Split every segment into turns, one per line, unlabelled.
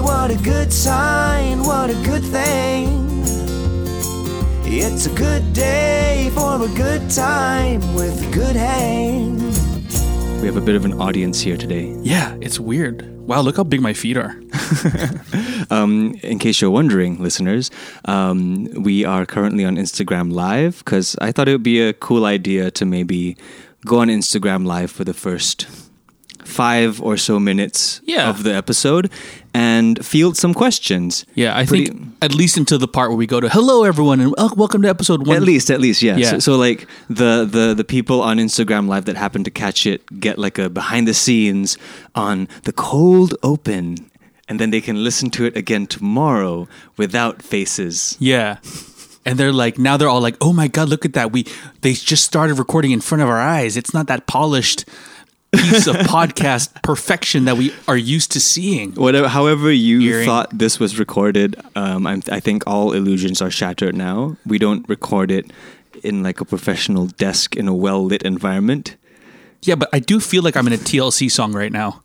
what a good sign, what a good thing. It's a good day for a good time with a good hang.
We have a bit of an audience here today.
Yeah, it's weird. Wow, look how big my feet are.
In case you're wondering, listeners, um, we are currently on Instagram Live because I thought it would be a cool idea to maybe go on Instagram Live for the first five or so minutes
Yeah.
of the episode and field some questions.
Yeah, I
Pretty-
think at least until the part where we go to hello everyone and uh, welcome to episode one.
At least, at least, yeah.
Yeah.
So, so like the, the the people on Instagram Live that happen to catch it get like a behind the scenes on the cold open, and then they can listen to it again tomorrow without faces.
Yeah. And they're like now they're all like, "Oh my god, look at that. We they just started recording in front of our eyes. It's not that polished piece of podcast perfection that we are used to seeing."
Whatever, however you
Hearing.
thought this was recorded, um, I'm, I think all illusions are shattered now. We don't record it in like a professional desk in a well lit environment.
Yeah, but I do feel like I'm in a TLC song right now.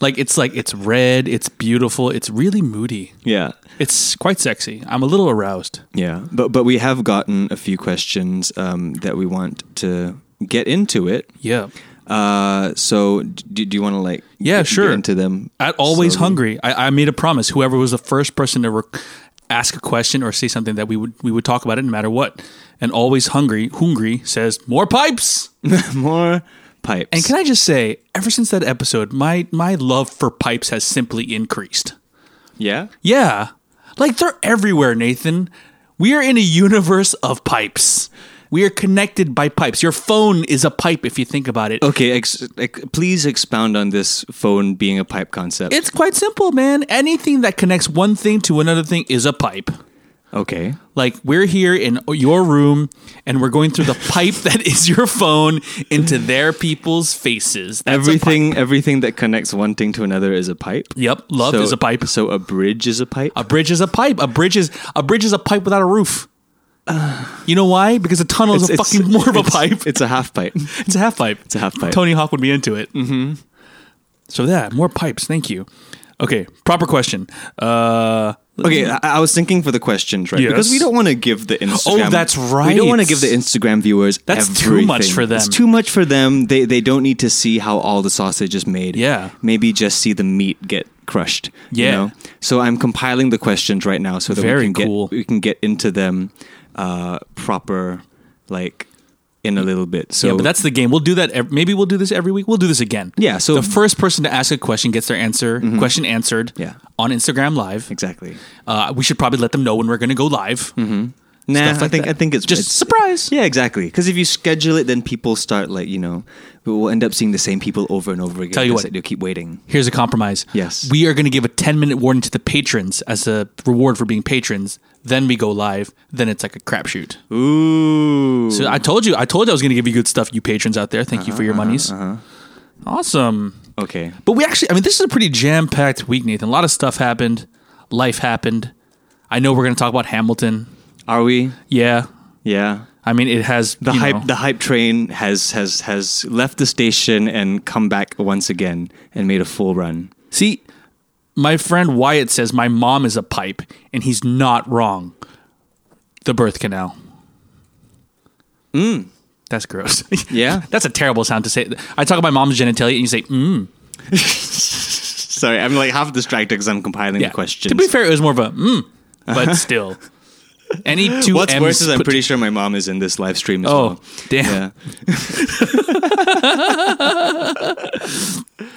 like it's like it's red, it's beautiful, it's really moody.
Yeah,
It's quite sexy. I'm a little aroused.
yeah. But but we have gotten a few questions um, that we want to get into it.
Yeah.
Uh, so do, do you want to like
Yeah,
get- get
sure.
into them?
At always
slowly?
hungry. I, I made a promise. Whoever was the first person to rec- ask a question or say something that we would we would talk about it no matter what. And always hungry, hungry says more pipes.
more pipes.
And can I just say, ever since that episode, my my love for pipes has simply increased.
yeah,
Yeah, like they're everywhere, Nathan. We are in a universe of pipes. We are connected by pipes. Your phone is a pipe if you think about it.
okay. Ex- ex- please expound on this phone being a pipe concept.
It's quite simple, man. Anything that connects one thing to another thing is a pipe.
okay.
Like we're here in your room and we're going through the pipe that is your phone into their people's faces. That's a pipe.
Everything, everything that connects one thing to another is a pipe.
Yep, love
So-
is a pipe.
So a bridge is a pipe.
A bridge is a pipe. A bridge is a bridge is a pipe without a roof. You know why? Because a tunnel is a fucking more of a
it's-
pipe.
It's a half pipe.
It's a half pipe. It's
a half pipe.
Tony Hawk would be into it. Mm-hmm. So that more pipes. Thank you. Okay, proper question. Uh,
Okay, I, I was thinking for the questions, right?
Yes. Oh,
Because we don't want to give the Instagram.
that's
We
right.
don't want to give the Instagram viewers.
That's too much
everything.
for
It's
them.
too much for them. They they don't need to see how all the sausage is made.
Yeah.
Maybe just see the meat get crushed. you
Yeah.
know? So I'm compiling the questions right now so that
Very
we can
cool.
get we can get into them uh, proper like in a little bit. So
yeah, but that's the game. We'll do that. Ev- maybe we'll do this every week. We'll do this again.
Yeah, so- Mm-hmm.
the first person to ask a question gets their answer question answered.
Yeah.
on Instagram Live.
exactly.
Uh, we should probably let them know when we're going to go live.
Nah,
Stuff
Mm-hmm. I
like
think
that.
I think it's
Just
it's-
surprise.
Yeah, exactly. Because if you schedule it, then people start like you know we'll end up seeing the same people over and over again.
Tell you
'cause
what.
you'll keep waiting.
Here's a compromise.
Yes.
We are going to give a 10 minute warning to the patrons as a reward for being patrons. Then we go live. Then it's like a crapshoot.
Ooh, Uh-huh,
So I told you, I told you I was going to give you good stuff, you patrons out there. Thank you for your monies. Awesome.
okay.
But we actually, I mean, this is a pretty jam packed week, Nathan. A lot of stuff happened. Life happened. I know we're going to talk about Hamilton.
Are we?
Yeah.
Yeah.
I mean, it has
The
you
hype,
know-
the hype train has has has left the station and come back once again and made a full run.
See, my friend Wyatt says my mom is a pipe, and he's not wrong. The birth canal. Mm.
Mm.
That's gross.
Yeah.
That's a terrible sound to say. I talk about my mom's genitalia, and you say, mm.
Sorry, I'm like half distracted because I'm compiling
Yeah.
the questions.
To be fair, it was more of a mm, but still. Any two
What's
M's
worse is I'm
put-
pretty sure my mom is in this live stream as
Oh,
well.
damn.
Yeah.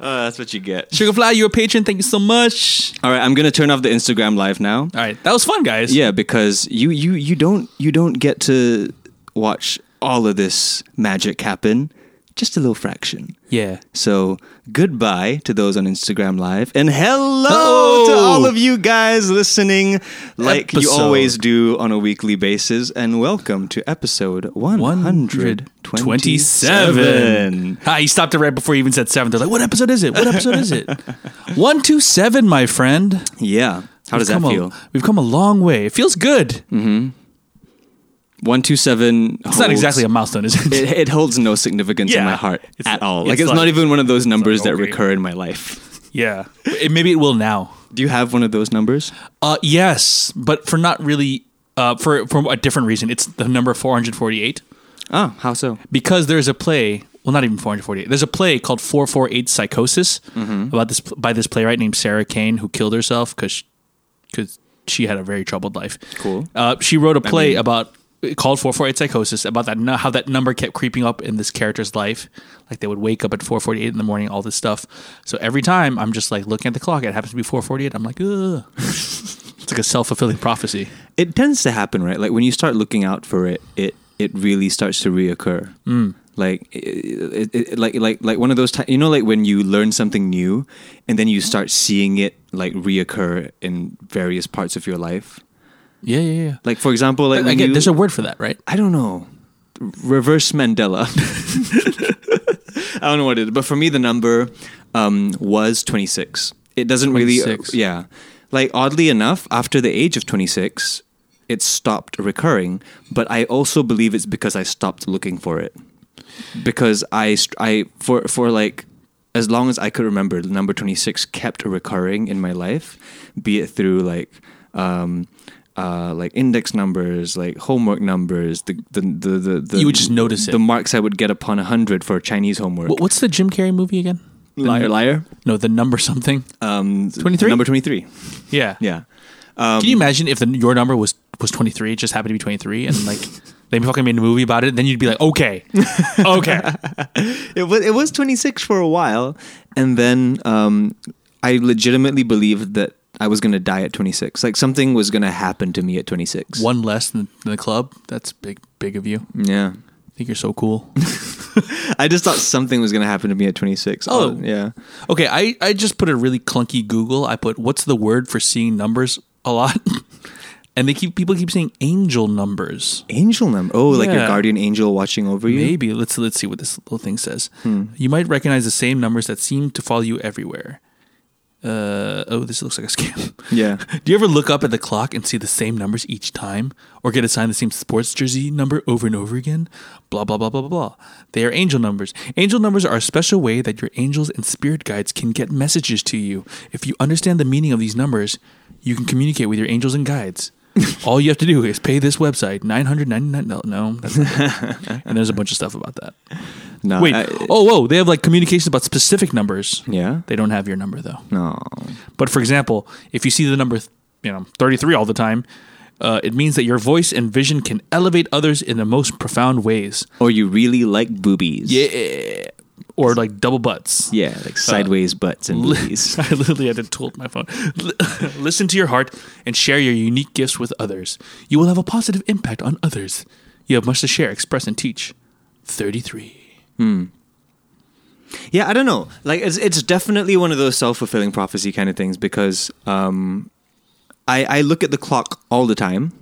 Uh, that's what you get.
Sugarfly, you're a patron. Thank you so much.
All right, I'm gonna turn off the Instagram live now.
All right, that was fun, guys.
Yeah, because you you you don't you don't get to watch all of this magic happen. Just a little fraction.
yeah.
So goodbye to those on Instagram Live, and hello
Hello!
to all of you guys listening, like you
Episode.
always do on a weekly basis, and welcome to episode one hundred twenty-seven.
Ah, you stopped it right before you even said seven. They're like, "What episode is it? What episode is it?" One two seven, my friend.
Yeah, how does that
We've come
feel? Hmm.
A, we've come a long way. It feels good.
One two seven.
It's not exactly a milestone, is it?
It, it holds no significance in
Yeah.
my heart
It's-
at all. Like
it's
it's,
like-
not even one of those numbers that
okay.
recur in my life.
yeah. It- maybe it will now.
Do you have one of those numbers?
Uh, yes, but for not really. Uh, for for a different reason. It's the number four hundred forty eight.
Oh, how so?
because there's a play well not even 448 there's a play called 448 psychosis
Mm-hmm.
about this by this playwright named sarah kane who killed herself because because she had a very troubled life
Cool.
uh, she wrote a play about called 448 psychosis about that nu- how that number kept creeping up in this character's life like they would wake up at 448 in the morning all this stuff so every time i'm just like looking at the clock it happens to be 448 i'm like Ugh. it's like a self-fulfilling prophecy
it tends to happen, right? Like when you start looking out for it, it it really starts to reoccur. Mm. Like, it, it, it, like, like, like one of those times, you know, like when you learn something new, and then you start seeing it like reoccur in various parts of your life.
yeah yeah yeah
Like, for example, like
I
when
get,
you,
there's a word for that right
I don't know. Reverse Mandela. I don't know what it is, but for me, the number um, was 26. It doesn't really. uh,
26.
yeah. Like, oddly enough, after the age of 26, it stopped recurring, but I also believe it's because I stopped looking for it. Because I, st- I for, for like, as long as I could remember, the number 26 kept recurring in my life, be it through like, um, uh, like index numbers, like homework numbers, the the the the, the
You would just notice it.
The marks I would get upon hundred for Chinese homework.
Wh- what's the jim carrey movie again
liar, liar.
No, the number something.
Um,
23?
Number twenty three.
yeah.
Yeah.
Can you imagine if the, your number was was 23, it just happened to be 23 and like they fucking made a movie about it, then you'd be like, "Okay. Okay.
It was it was twenty six for a while, and then um, I legitimately believed that I was gonna die at twenty six. Like something was gonna happen to me at twenty six.
One less than, than the club. That's big big of you.
Yeah.
I think you're so cool."
I just thought something was gonna happen to me at twenty six.
Oh.
yeah.
Okay, I I just put a really clunky Google. I put what's the word for seeing numbers a lot? and they keep people keep saying angel numbers.
Angel number. Oh, like your
Yeah.
guardian angel watching over you.
Maybe let's let's see what this little thing says. You might recognize the same numbers that seem to follow you everywhere. Uh, oh, this looks like a scam.
Yeah.
Do you ever look up at the clock and see the same numbers each time, or get assigned the same sports jersey number over and over again? Blah blah blah blah blah blah. They are angel numbers. Angel numbers are a special way that your angels and spirit guides can get messages to you. If you understand the meaning of these numbers, you can communicate with your angels and guides. All you have to do is pay this website nine hundred ninety nine. No, no, that's not it. and there's a bunch of stuff about that.
No.
Wait,
I-
oh whoa, they have like communications about specific numbers.
Yeah.
They don't have your number though.
No.
But for example, if you see the number, you know, 33 all the time, uh, it means that your voice and vision can elevate others in the most profound ways.
or you really like boobies.
Yeah. Or like double butts.
Yeah, like sideways butts and boobies.
I literally had to tilt my phone. Listen to your heart and share your unique gifts with others. You will have a positive impact on others. You have much to share, express, and teach. 33.
yeah, I don't know. Like it's it's definitely one of those self fulfilling prophecy kind of things because um, I I look at the clock all the time.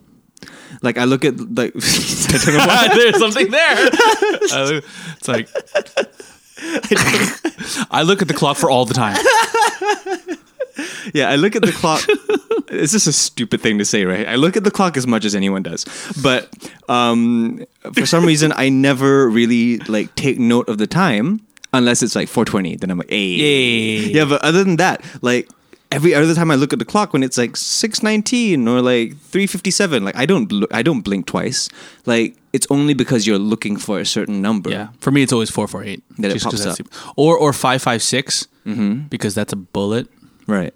Like I look at like I don't know why.
There's something there. Uh, it's like I look at the clock for all the time.
yeah, I look at the clock. it's just a stupid thing to say, right? I look at the clock as much as anyone does, but um, for some reason, I never really like take note of the time unless it's like 4:20. Then I'm like, hey,
Yay.
yeah. But other than that, like every other time I look at the clock when it's like 6:19 or like 3:57, like I don't look, I don't blink twice. Like it's only because you're looking for a certain number.
Yeah, for me it's always four four eight.
That it pops Mm-hmm.
or or five five six because that's a bullet.
Right.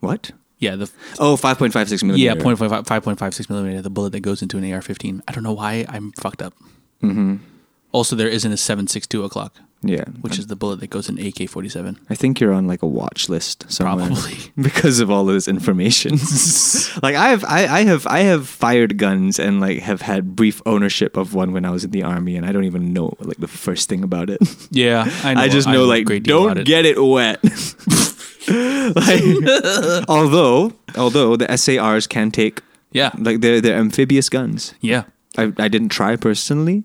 What?
Yeah, the
Oh, 5.56 millimeter.
yeah 0.55 5.56 millimeter, the bullet that goes into an AR-15. I don't know why I'm fucked up. Mm-hmm. Also, there isn't a 7.62 o'clock,
Yeah.
which is the bullet that goes in AK-47.
I think you're on like a watch list somewhere.
Probably.
because of all of this information. like I have, I, I have, I have fired guns and like have had brief ownership of one when I was in the army, and I don't even know like the first thing about it.
Yeah, I know.
I just know
a
like
great deal about
don't get it wet. like, although, although the SARs can take
Yeah,
like they're they're amphibious guns.
yeah.
I, I didn't try personally.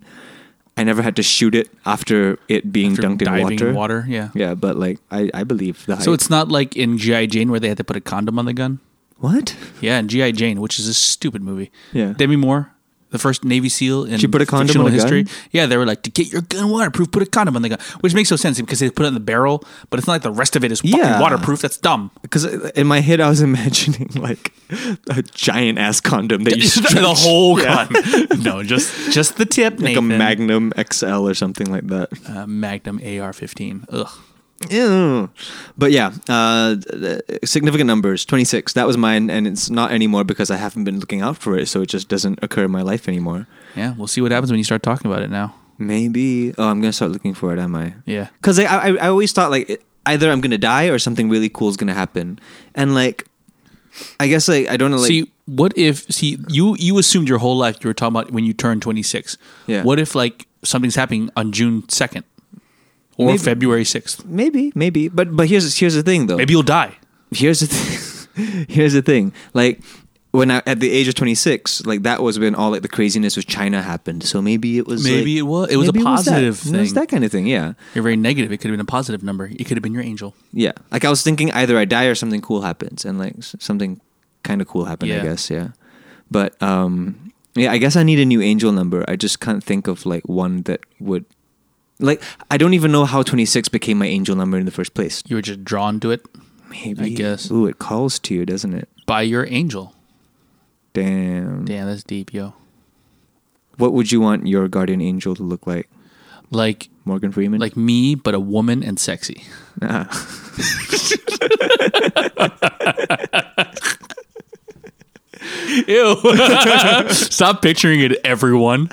I never had to shoot it after it being
After
dunked in
diving
water.
in water, yeah.
Yeah, but like I, I believe the hype.
So it's not like in GI Jane where they had to put a condom on the gun.
what?
Yeah, in GI Jane, which is a stupid movie.
Yeah.
Demi Moore, the first Navy SEAL in
She put a condom
fictional
on a
history.
gun?
Yeah, they were like to get your gun waterproof, put a condom on the gun, which makes no sense because they put it in the barrel, but it's not like the rest of it is fucking
Yeah.
waterproof. That's dumb.
Because in my head, I was imagining like a giant ass condom that you stretch,
the whole gun. no, just just the tip.
like a
Nathan.
Magnum XL or something like that.
uh, Magnum AR-15. Ugh.
Ew. But yeah, uh, th- th- significant numbers. Twenty six. That was mine, and it's not anymore because I haven't been looking out for it, so it just doesn't occur in my life anymore.
Yeah, we'll see what happens when you start talking about it now.
Maybe. Oh, I'm gonna start looking for it. Am I?
Yeah.
Because I, I I always thought like it- either I'm gonna die or something really cool is gonna happen, and like I guess like I don't know like
see, what if see you you assumed your whole life you were talking about when you turned 26.
Yeah.
What if like something's happening on June 2nd or
Maybe-
February 6th?
maybe maybe. But but here's here's the thing though.
Maybe you'll die.
here's the thing. here's the thing. Like when I at the age of 26, like that was when all like the craziness with China happened. So maybe it was
Maybe
like-
it was- it was a
maybe that-
positive
It was
thing.
that kind of thing. Yeah,
You're very negative. It could have been a positive number. It could have been your angel.
yeah. Like I was thinking either I die or something cool happens, and like s- something kind of cool happened. I
Yeah.
guess. Yeah, but um, yeah. I guess I need a new angel number. I just can't think of like one that would. Like I don't even know how 26 became my angel number in the first place.
You were just drawn to it
Maybe
guess.
Ooh, it calls to you, doesn't it?
by your angel.
Damn.
Damn, that's deep, yo.
What would you want your guardian angel to look like?
Like
Morgan Freeman?
like me, but a woman and sexy.
nah.
Ew. Stop picturing it, everyone.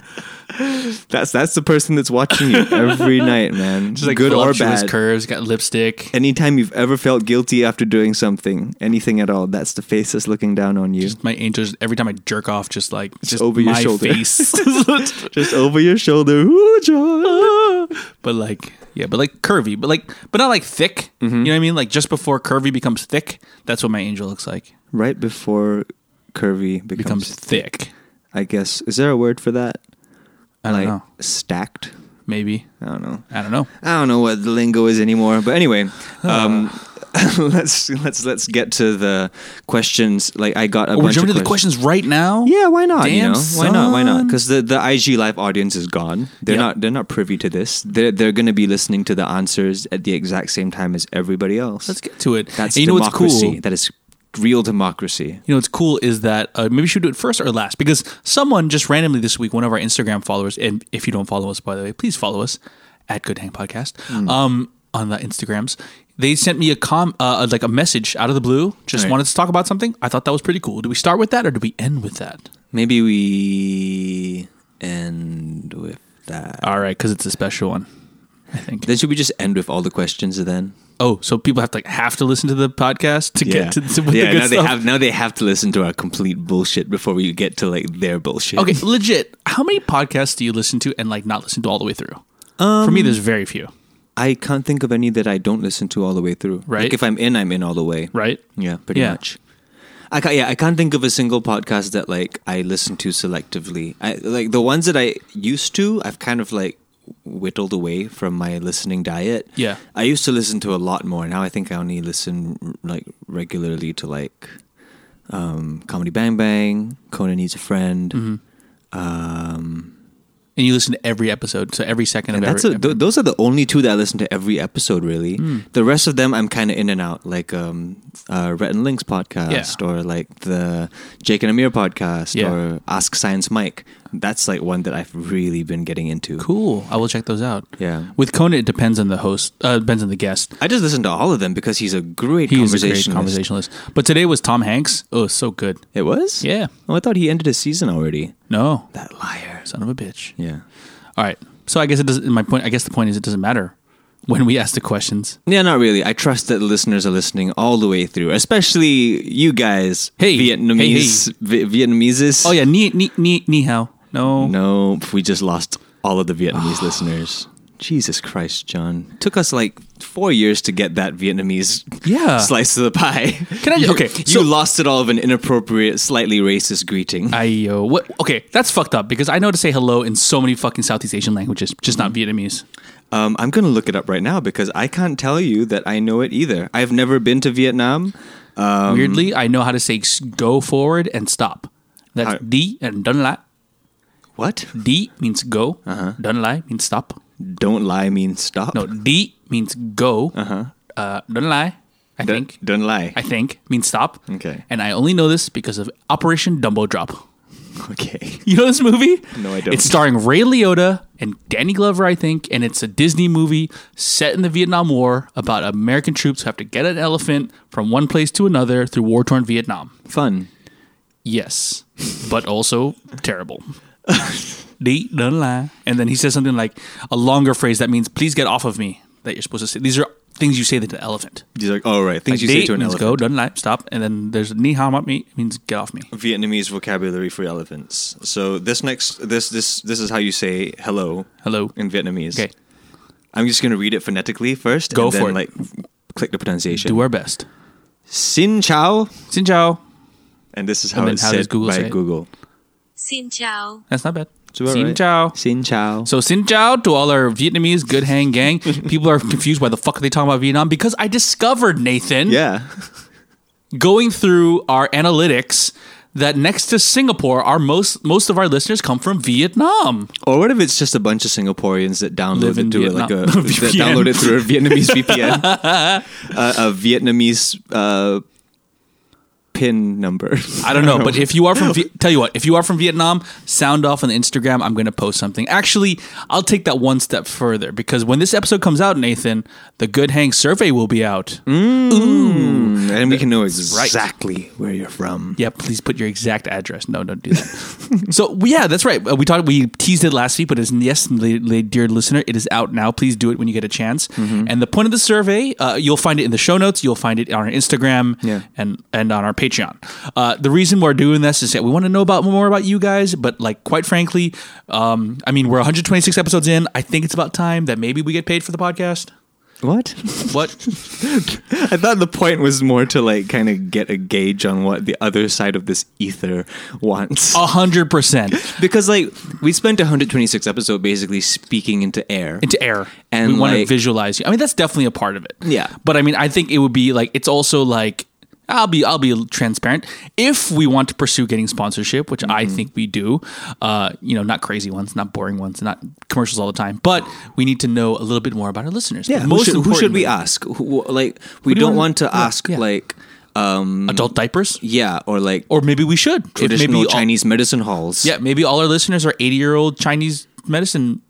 that's that's the person that's watching you every night, man.
Just like
Good or
voluptuous
bad.
curves, got lipstick.
Anytime you've ever felt guilty after doing something, anything at all, that's the face that's looking down on you. Just,
my angels every time I jerk off, just like just
over your
my
shoulder.
face.
over your shoulder. Ooh, John.
but like yeah, but like curvy, but like but not like thick.
Mm-hmm.
You know what I mean? Like just before curvy becomes thick, that's what my angel looks like.
Right before curvy
Becomes,
becomes,
thick.
I guess, is there a word for that?
I don't
like
know.
stacked?
Maybe
I don't know.
I don't know.
I don't know what the lingo is anymore. But anyway,
Ah.
um, let's let's let's get to the questions. Like I got a
Oh, we're
bunch
jumping
of
to the questions right now.
Yeah, why not? you
Damn,
know, why not? Why not?
son.
Because the, the IG live audience is gone. They're
Yep.
not they're not privy to this. They're they're going to be listening to the answers at the exact same time as everybody else.
Let's get to it.
That's
And you know what's
democracy.
cool?
That is real democracy.
You know what's cool is that uh, maybe we should do it first or last because someone just randomly this week, one of our Instagram followers, and if you don't follow us, by the way, please follow us at Good Hang Podcast um, on the Instagrams. They sent me a com uh, like a message out of the blue, just
Right.
wanted to talk about something. I thought that was pretty cool. Do we start with that or do we end with that?
Maybe we end with that.
All right, because it's a special one. I think.
Then should we just end with all the questions then?
Oh, so people have to like, have to listen to the podcast to get to, to
yeah.
the good
now they
stuff?
have now they have to listen to our complete bullshit before we get to like their bullshit.
Okay, legit. How many podcasts do you listen to and like not listen to all the way through? For me, there's very few.
I can't think of any that I don't listen to all the way through.
Right.
Like if I'm in, I'm in all the way.
Right.
Yeah, pretty
Yeah.
much. I can't, yeah, I can't think of a single podcast that like I listen to selectively. I like the ones that I used to. I've kind of like whittled away from my listening diet.
Yeah.
I used to listen to a lot more. Now I think I only listen like regularly to like
Mm-hmm.
um, Comedy Bang Bang, Conan Needs a Friend. Um,
and you listen to every episode, so every second
And
of
that's
every. Hmm.
a, th- those are the only two that I listen to every episode. Really, the rest of them I'm kind of in and out, like um, uh, Rhett and Link's podcast,
Yeah.
or like the Jake and Amir podcast,
Yeah.
or Ask Science Mike. That's like one that I've really been getting into.
cool. I will check those out.
Yeah.
With Conan, it depends on the host. Uh, depends on the guest.
I just listen to all of them because he's a great
He's a great
conversationalist.
conversationalist. But today was Tom Hanks. Oh, so good.
It was,
Yeah.
Oh, I thought he ended his season already.
No,
That liar.
son of a bitch.
Yeah.
All right. So I guess it doesn't. My point. I guess the point is it doesn't matter when we ask the questions.
Yeah, not really. I trust that listeners are listening all the way through, especially you guys,
Hey,
Vietnamese, Vi- Vietnameses.
Oh yeah, ni ni ni ni hao. No.
No, we just lost all of the Vietnamese listeners. Jesus Christ, John! Took us like four years to get that Vietnamese
Yeah.
slice of the pie.
Can I-
You-
okay,
you
so-
lost it all of an inappropriate, slightly racist greeting.
Ayo. What? Okay, that's fucked up because I know to say hello in so many fucking Southeast Asian languages, just not
Mm.
Vietnamese.
Um, I'm going to look it up right now because I can't tell you that I know it either. I've never been to Vietnam.
Weirdly, I know how to say s- go forward and stop. That's
Mm-hmm. How-
D and dun lai.
What?
D means go.
Uh-huh.
uh Dun lai means stop.
Don't lie means stop.
No, D means go. Uh-huh. Uh, dun lai, I
Don't-
think.
don't lie.
I think means stop.
Okay.
And I only know this because of Operation Dumbo Drop.
okay.
You know this movie?
No, I don't.
It's starring Ray Liotta and Danny Glover, I think, and it's a Disney movie set in the Vietnam War about American troops who have to get an elephant from one place to another through war torn Vietnam.
Fun.
Yes, but also terrible. Đi đến là- and then he says something like a longer phrase that means "Please get off of me." That you're supposed to say. These are things you say to the elephant.
These are all right. Things
Like,
you say
"Đi"
to an
means
elephant.
go, "Đến lại," stop, and then there's "Ni hao mat me" means get off me.
Vietnamese vocabulary for elephants. So this next this this this is how you say hello.
Hello.
in Vietnamese.
Okay,
I'm just gonna read it phonetically first.
Go
and then,
for it.
Like click the pronunciation.
do our best.
Xin chào,
Xin chao.
and this is
And
how
then
it's
how does
said
Google
by
say it?
Google.
Xin chào.
That's not bad.
It's about
Xin
right.
chào.
Xin chào.
So xin chào to all our Vietnamese good hang gang. People are confused why the fuck are they talking about Vietnam because I discovered Nathan
yeah.
going through our analytics that next to Singapore, our most most of our listeners come from Vietnam.
Or what if it's just a bunch of Singaporeans that download
Live in
it through
Vietnam.
like a that
VPN.
download it through a Vietnamese VPN, uh, a Vietnamese uh, pin number.
I don't know, but if you are from, Vi- tell you what, if you are from Vietnam, sound off on the Instagram. I'm going to post something. Actually, I'll take that one step further because when this episode comes out, Nathan, the Good Hang survey will be out.
and we can know
right.
exactly where you're from.
Yeah, please put your exact address. No, don't do that. so we- yeah, that's right. Uh, We talked, we teased it last week, but it's yes, la- la- dear listener, it is out now. Please do it when you get a chance. And the point of the survey, uh, you'll find it in the show notes. You'll find it on our Instagram
Yeah.
and and on our Patreon. Uh, the reason we're doing this is that we want to know about more about you guys. But like, quite frankly, um, I mean, we're 126 episodes in. I think it's about time that maybe we get paid for the podcast.
What?
What?
I thought the point was more to like kind of get a gauge on what the other side of this ether wants.
A hundred percent
Because like we spent 126 episode basically speaking into air.
into air
And,
and we want to
like-
visualize you. I mean, that's definitely a part of it.
Yeah.
but I mean, I think it would be like it's also like I'll be I'll be transparent if we want to pursue getting sponsorship, which
Mm-hmm.
I think we do. Uh, you know, not crazy ones, not boring ones, not commercials all the time, but we need to know a little bit more about our listeners.
yeah. Who
most
should, who should
importantly,
we ask? Who, wh- like we
do you
don't
want-
want to
yeah,
ask
yeah.
like um
Adult diapers,
yeah or like
or maybe we should If
traditional
maybe all-
Chinese medicine halls.
yeah, maybe all our listeners are eighty year old Chinese medicine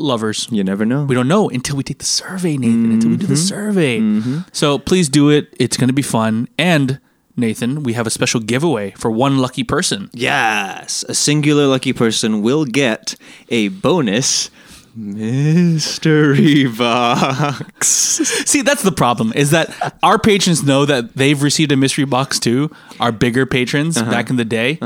lovers.
You never know.
We don't know until we take the survey, Nathan, until we do
Mm-hmm.
the survey. So please do it. It's going to be fun. And Nathan, we have a special giveaway for one lucky person.
Yes, a singular lucky person will get a bonus mystery box.
See, that's the problem is that our patrons know that they've received a mystery box too, our bigger patrons
Uh-huh.
back in the day.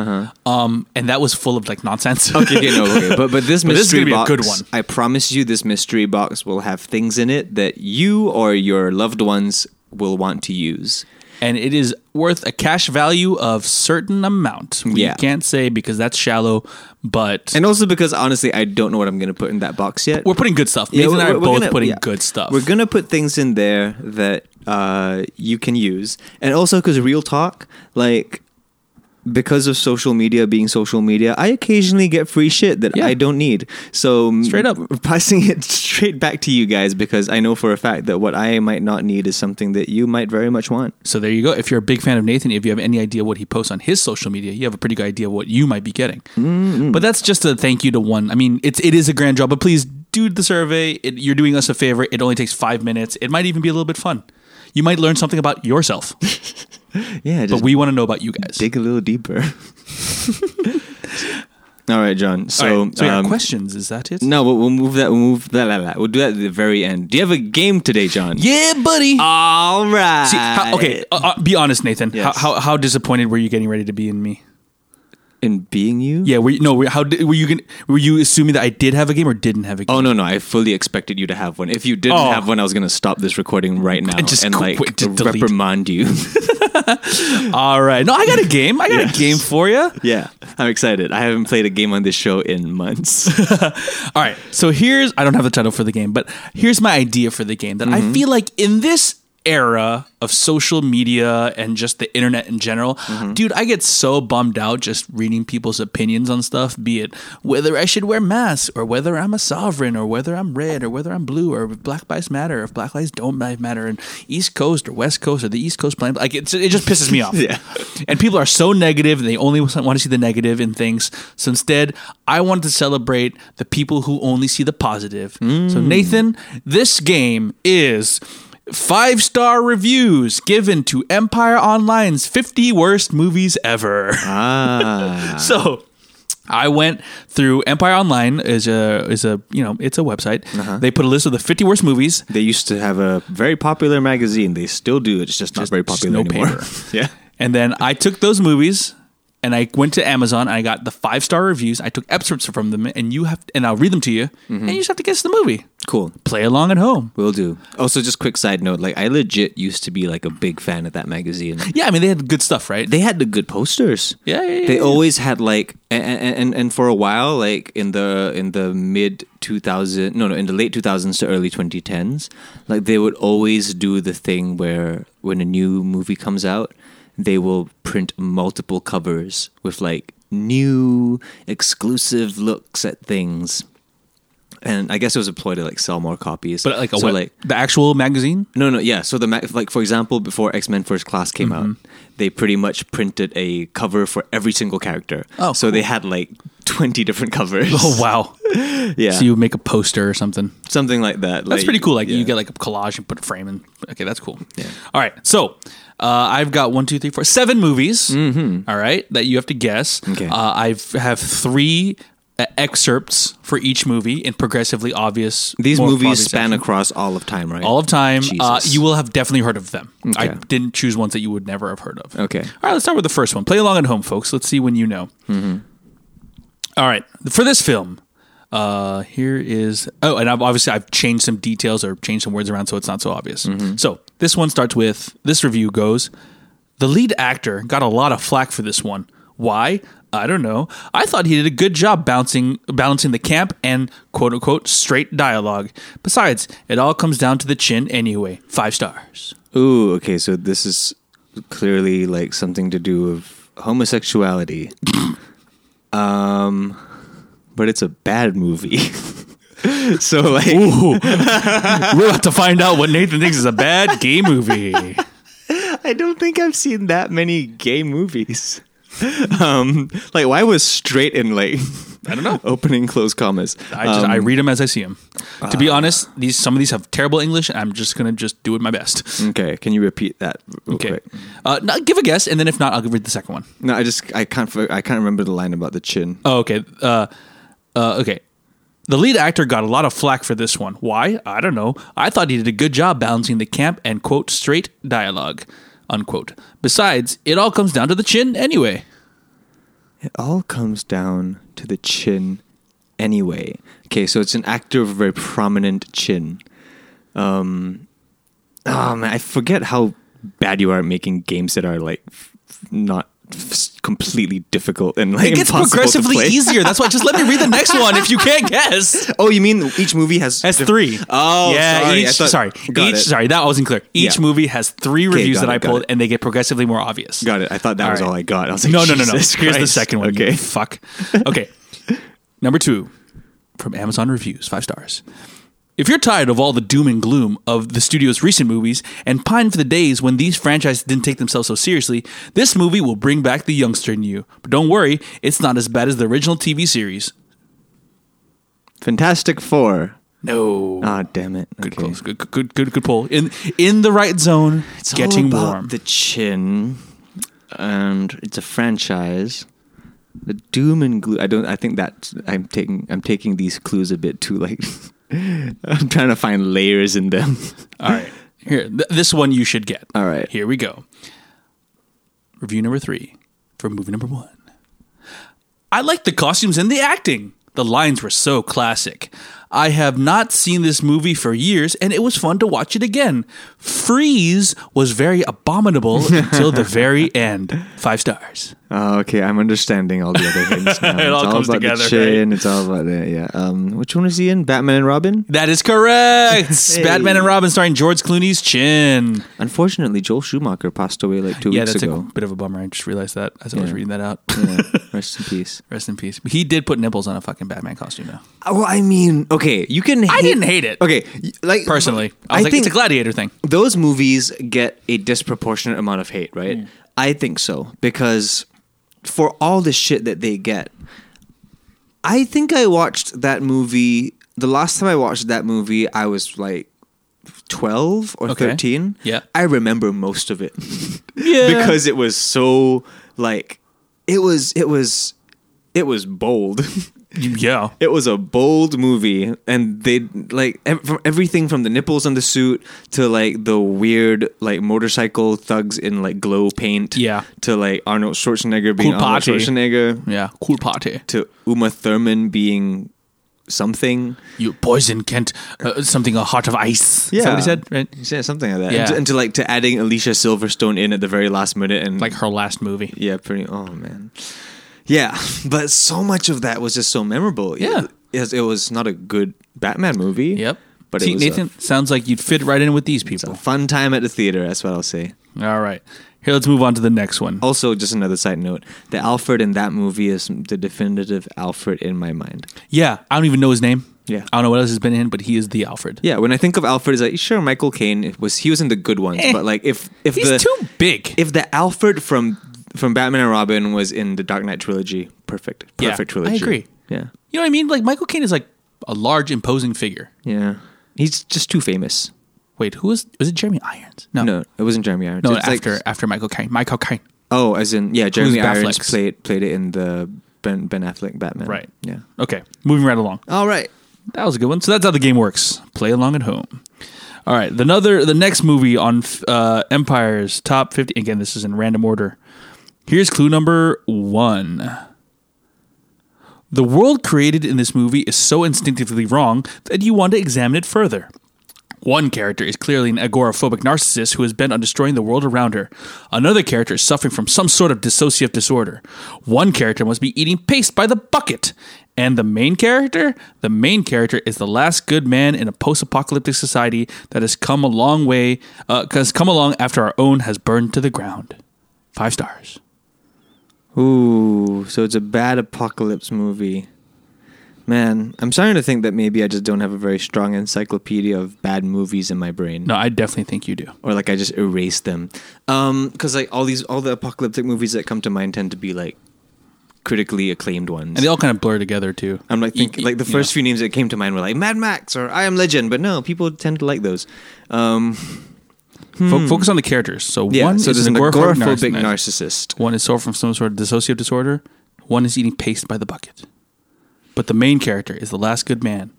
Um, and that was full of like nonsense.
okay, no, okay. But but this
But this is
mystery
gonna
box,
be a good one.
I promise you, this mystery box will have things in it that you or your loved ones will want to use.
and it is worth a cash value of certain amount. We
Yeah.
can't say because that's shallow, but
And also because honestly, I don't know what I'm going to put in that box yet.
we're putting good stuff. Nathan
we're-
and I are
we're
both
gonna-
putting
yeah.
good stuff.
We're gonna put things in there that uh, you can use, and also because real talk, like because of social media being social media, I occasionally get free shit that
Yeah.
I don't need. So mm,
Straight up.
passing it straight back to you guys because I know for a fact that what I might not need is something that you might very much want.
So there you go. If you're a big fan of Nathan, if you have any idea what he posts on his social media, you have a pretty good idea of what you might be getting.
Mm-hmm.
But that's just a thank you to one. I mean, it's it is a grand job, but please do the survey. It, you're doing us a favor. It only takes five minutes. It might even be a little bit fun. You might learn something about yourself,
Yeah,
but
just
we want to know about you guys.
dig a little deeper. All right, John.
All right,
So,
so yeah,
um,
questions. Is that it?
no, but we'll move that. We'll move that. la- la- We'll do that at the very end. Do you have a game today, John?
Yeah, buddy.
Uh, All right.
See, how, okay, uh, uh, be honest, Nathan.
Yes.
How, how how disappointed were you getting ready to be in me?
In being you?
Yeah, were you, no. Were, how di- were you gonna, Were you assuming that I did have a game or didn't have a game?
Oh no no! I fully expected you to have one. If you didn't
Oh.
have one, I was gonna stop this recording right now
And just
like
quit to delete.
reprimand you.
All right. No, I got a game. I got
Yes.
a game for you.
yeah, I'm excited. I haven't played a game on this show in months.
All right. So here's I don't have the title for the game, but here's my idea for the game that
Mm-hmm.
I feel like in this era of social media and just the internet in general,
Mm-hmm.
dude, I get so bummed out just reading people's opinions on stuff, be it whether I should wear masks or whether I'm a sovereign or whether I'm red or whether I'm blue or if black lives matter or if black lives don't matter and East Coast or West Coast or the East Coast plan. Like it's, it just pisses me off.
Yeah.
And people are so negative and they only want to see the negative in things. So instead, I wanted to celebrate the people who only see the positive. So, Nathan, this game is five star reviews given to Empire Online's 50 worst movies ever.
Ah.
so. I went through Empire Online is a is a you know it's a website. They put a list of the 50 worst movies
they used to have a very popular magazine. They still do. It's just not very
just
popular
no
anymore.
paper.
yeah.
And then I took those movies and I went to Amazon and I got the five star reviews. I took excerpts from them and you have and I'll read them to you and you just have to guess the movie.
Cool.
Play along at home.
Will do. Also, just quick side note: like I legit used to be like a big fan of that magazine.
Yeah, I mean they had good stuff, right?
they had the good posters.
Yeah, yeah, yeah,
They
yeah.
always had like and, and and for a while like in the in the mid 2000 no no in the late 2000s to early 2010s like they would always do the thing where when a new movie comes out they will print multiple covers with like new exclusive looks at things. And I guess it was a ploy to like sell more copies.
but like a
so,
web-
like
the actual magazine.
no, no, yeah. So the ma- like, for example, before X Men First Class came
Mm-hmm.
out, they pretty much printed a cover for every single character.
Oh,
so they had like twenty different covers.
Oh wow!
yeah,
So you make a poster or something.
something like that.
That's
like-
pretty cool. Like
yeah.
you get like a collage and put a frame in. Okay, that's cool. Yeah. All right. So uh, I've got one, two, three, four, seven movies. all right, that you have to guess.
Mm-hmm. Okay.
Uh, I have three uh, excerpts for each movie in progressively obvious.
These
more
movies
obvious
span
action.
across all of time, right?
all of time. Uh,
Jesus.
you will have definitely heard of them. I
Okay.
didn't choose ones that you would never have heard of.
Okay.
All right. Let's start with the first one. Play along at home, folks. Let's see when you know. All right. For this film, uh, here is oh, and I've obviously I've changed some details or changed some words around so it's not so obvious. So this one starts with this review goes, the lead actor got a lot of flack for this one. Why? I don't know. I thought he did a good job bouncing balancing the camp and quote unquote straight dialogue. Besides, it all comes down to the chin anyway. Five stars.
Ooh, okay. So this is clearly like something to do with homosexuality. um, but it's a bad movie. so like.
We're about to find out what Nathan thinks is a bad gay movie.
I don't think I've seen that many gay movies. um, like why was straight in like I don't know opening close commas. Um,
I just I read them as I see them. to
uh,
be honest, these some of these have terrible English, and I'm just gonna just do it my best.
okay, can you repeat that real
Okay,
quick?
uh, no, give a guess, and then if not, I'll read the second one.
No, I just I can't fi- I can't remember the line about the chin.
Oh, okay, uh, uh, okay. The lead actor got a lot of flack for this one. Why? I don't know. I thought he did a good job balancing the camp and quote straight dialogue, unquote. Besides, it all comes down to the chin anyway.
It all comes down to the chin anyway. Okay, so it's an actor with a very prominent chin. Um oh man, I forget how bad you are at making games that are like f- f- not f- completely difficult and like
It gets
impossible to
progressively
play.
easier. That's why just let me read the next one if you can't guess.
Oh, you mean each movie has
Has three.
Oh,
yeah.
sorry,
Each,
I thought-
sorry.
got
Each.
it.
Sorry, that wasn't clear. Each
Yeah.
movie has three reviews
got
that
it,
I
got
pulled,
it.
and they get progressively more obvious.
Got it. I thought that was
right.
all I got. I was like,
no, no, no, no.
Jesus
Here's the
Christ.
second one. Okay.
Okay.
Fuck. Okay. Number two from Amazon Reviews, five stars. If you're tired of all the doom and gloom of the studio's recent movies and pine for the days when these franchises didn't take themselves so seriously, this movie will bring back the youngster in you. But don't worry, it's not as bad as the original TV series.
Fantastic Four.
No.
Ah, damn it.
good,
Okay.
close. good, good, good, good pull. In in the right zone. It's
It's
getting
all about
warm.
The chin, and it's a franchise. The doom and gloom. I don't. I think that I'm taking. I'm taking these clues a bit too. Like, I'm trying to find layers in them.
All right. Here, th- this one you should get.
All right.
Here we go. Review number three for movie number one. I like the costumes and the acting. The lines were so classic. I have not seen this movie for years, and it was fun to watch it again. Freeze was very abominable until the very end. Five stars.
Oh, okay, I'm understanding all the other hints now.
It all comes
about
together,
The chin. It's all about that. Yeah. Um. Which one is he in? Batman and Robin.
That is correct. Batman and Robin starring George Clooney's chin.
Unfortunately, Joel Schumacher passed away like two
yeah,
weeks
that's
ago.
a bit of a bummer. I just realized that as I was
Yeah.
reading that out.
Yeah, Rest in peace.
Rest in peace. He did put nipples on a fucking Batman costume, though.
Well, Oh, I mean, okay, you can. Hate,
didn't hate it.
Okay, y- like
Personally, I,
I,
was like,
think
it's a gladiator thing.
those movies get a disproportionate amount of hate, right? I think so because for all the shit that they get, I think I watched that movie. The last time I watched that movie, I was like twelve or
Okay.
thirteen.
Yeah.
I remember most of it. yeah, because it was so like it was it was it was bold.
Yeah.
It was a bold movie, and they like ev- from everything from the nipples on the suit to like the weird like motorcycle thugs in like glow paint,
Yeah.
to like Arnold Schwarzenegger being
Cool
Arnold
party.
Schwarzenegger,
Yeah. Cool party.
to Uma Thurman being something.
You poison Kent, uh, something, a heart of ice. Is that what he said, right?
Yeah, something like that.
Yeah.
And, to, and to like to adding Alicia Silverstone in at the very last minute and
Like her last movie.
Yeah, pretty. Oh man. Yeah, but so much of that was just so memorable. It-
Yeah.
Yes, it, was not a good Batman movie.
Yep.
But
See,
it was
Nathan,
Nathan,
sounds like you'd fit right in with these
a,
people.
fun time at the theater. That's what I'll say.
All right. Here, let's move on to the next one.
Also, just another side note: the Alfred in that movie is the definitive Alfred in my mind.
Yeah. I don't even know his name.
Yeah.
I don't know what else he's been in, but he is the Alfred.
Yeah, when I think of Alfred, it's like sure, Michael Caine was he was in the good ones,
Eh.
but like if if
He's
the
too big.
if the Alfred from from Batman and Robin was in the Dark Knight trilogy, perfect,
Yeah, I
perfect trilogy.
agree.
Yeah,
you know what I mean? Like, Michael Caine is like a large, imposing figure.
yeah, he's just too famous.
Wait, who was, was it Jeremy Irons? No.
No, it wasn't Jeremy Irons.
No,
It's like-
after, after Michael Caine. Michael Caine.
oh, as in yeah, Jeremy Irons
Batfleck's?
played played it in the Ben Ben Affleck Batman.
Right.
Yeah.
Okay. Moving right along.
All right.
That was a good one. So that's how the game works. Play along at home. All right, the another the next movie on uh, Empire's top fifty. Again, this is in random order. Here's clue number one. The world created in this movie is so instinctively wrong that you want to examine it further. One character is clearly an agoraphobic narcissist who is bent on destroying the world around her. Another character is suffering from some sort of dissociative disorder. One character must be eating paste by the bucket. And the main character? The main character is the last good man in a post apocalyptic society that has come a long way, uh, has come along after our own has burned to the ground. Five stars.
Ooh, so it's a bad apocalypse movie. Man, I'm starting to think that maybe I just don't have a very strong encyclopedia of bad movies in my brain.
No, I definitely think you do.
Or like I just erase them. Um, cause like all these, all the apocalyptic movies that come to mind tend to be like critically acclaimed
And
ones.
they all kind of blur together, too.
I'm like,
You-
think,
you-
like the
you
first
know.
few names that came to mind were like Mad Max or I Am Legend, but no, people tend to like those. Um,
Fo- focus on the characters. So
hmm. yeah,
one
so
is
there's
an
an
agoraphobic,
agoraphobic
narcissist.
narcissist.
One is suffering from some sort of dissociative disorder. One is eating paste by the bucket. But the main character is the last good man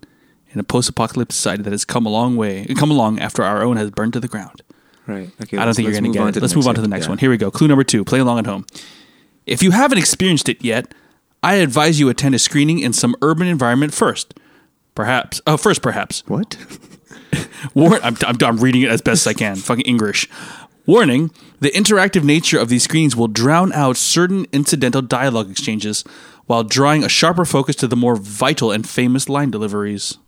in a post-apocalyptic society that has come a long way, come along after our own has burned to the ground.
Right. Okay.
I don't
let's-
think you're
let's
going to
move
get
on
it.
the
Let's move on to the next one. Here we go. Clue number two. Play along at home. If you haven't experienced it yet, I advise you attend a screening in some urban environment first. Perhaps. Oh, first, perhaps.
What?
Warn, I'm, I'm, I'm reading it as best I can. Fucking English. Warning the interactive nature of these screens will drown out certain incidental dialogue exchanges while drawing a sharper focus to the more vital and famous line deliveries.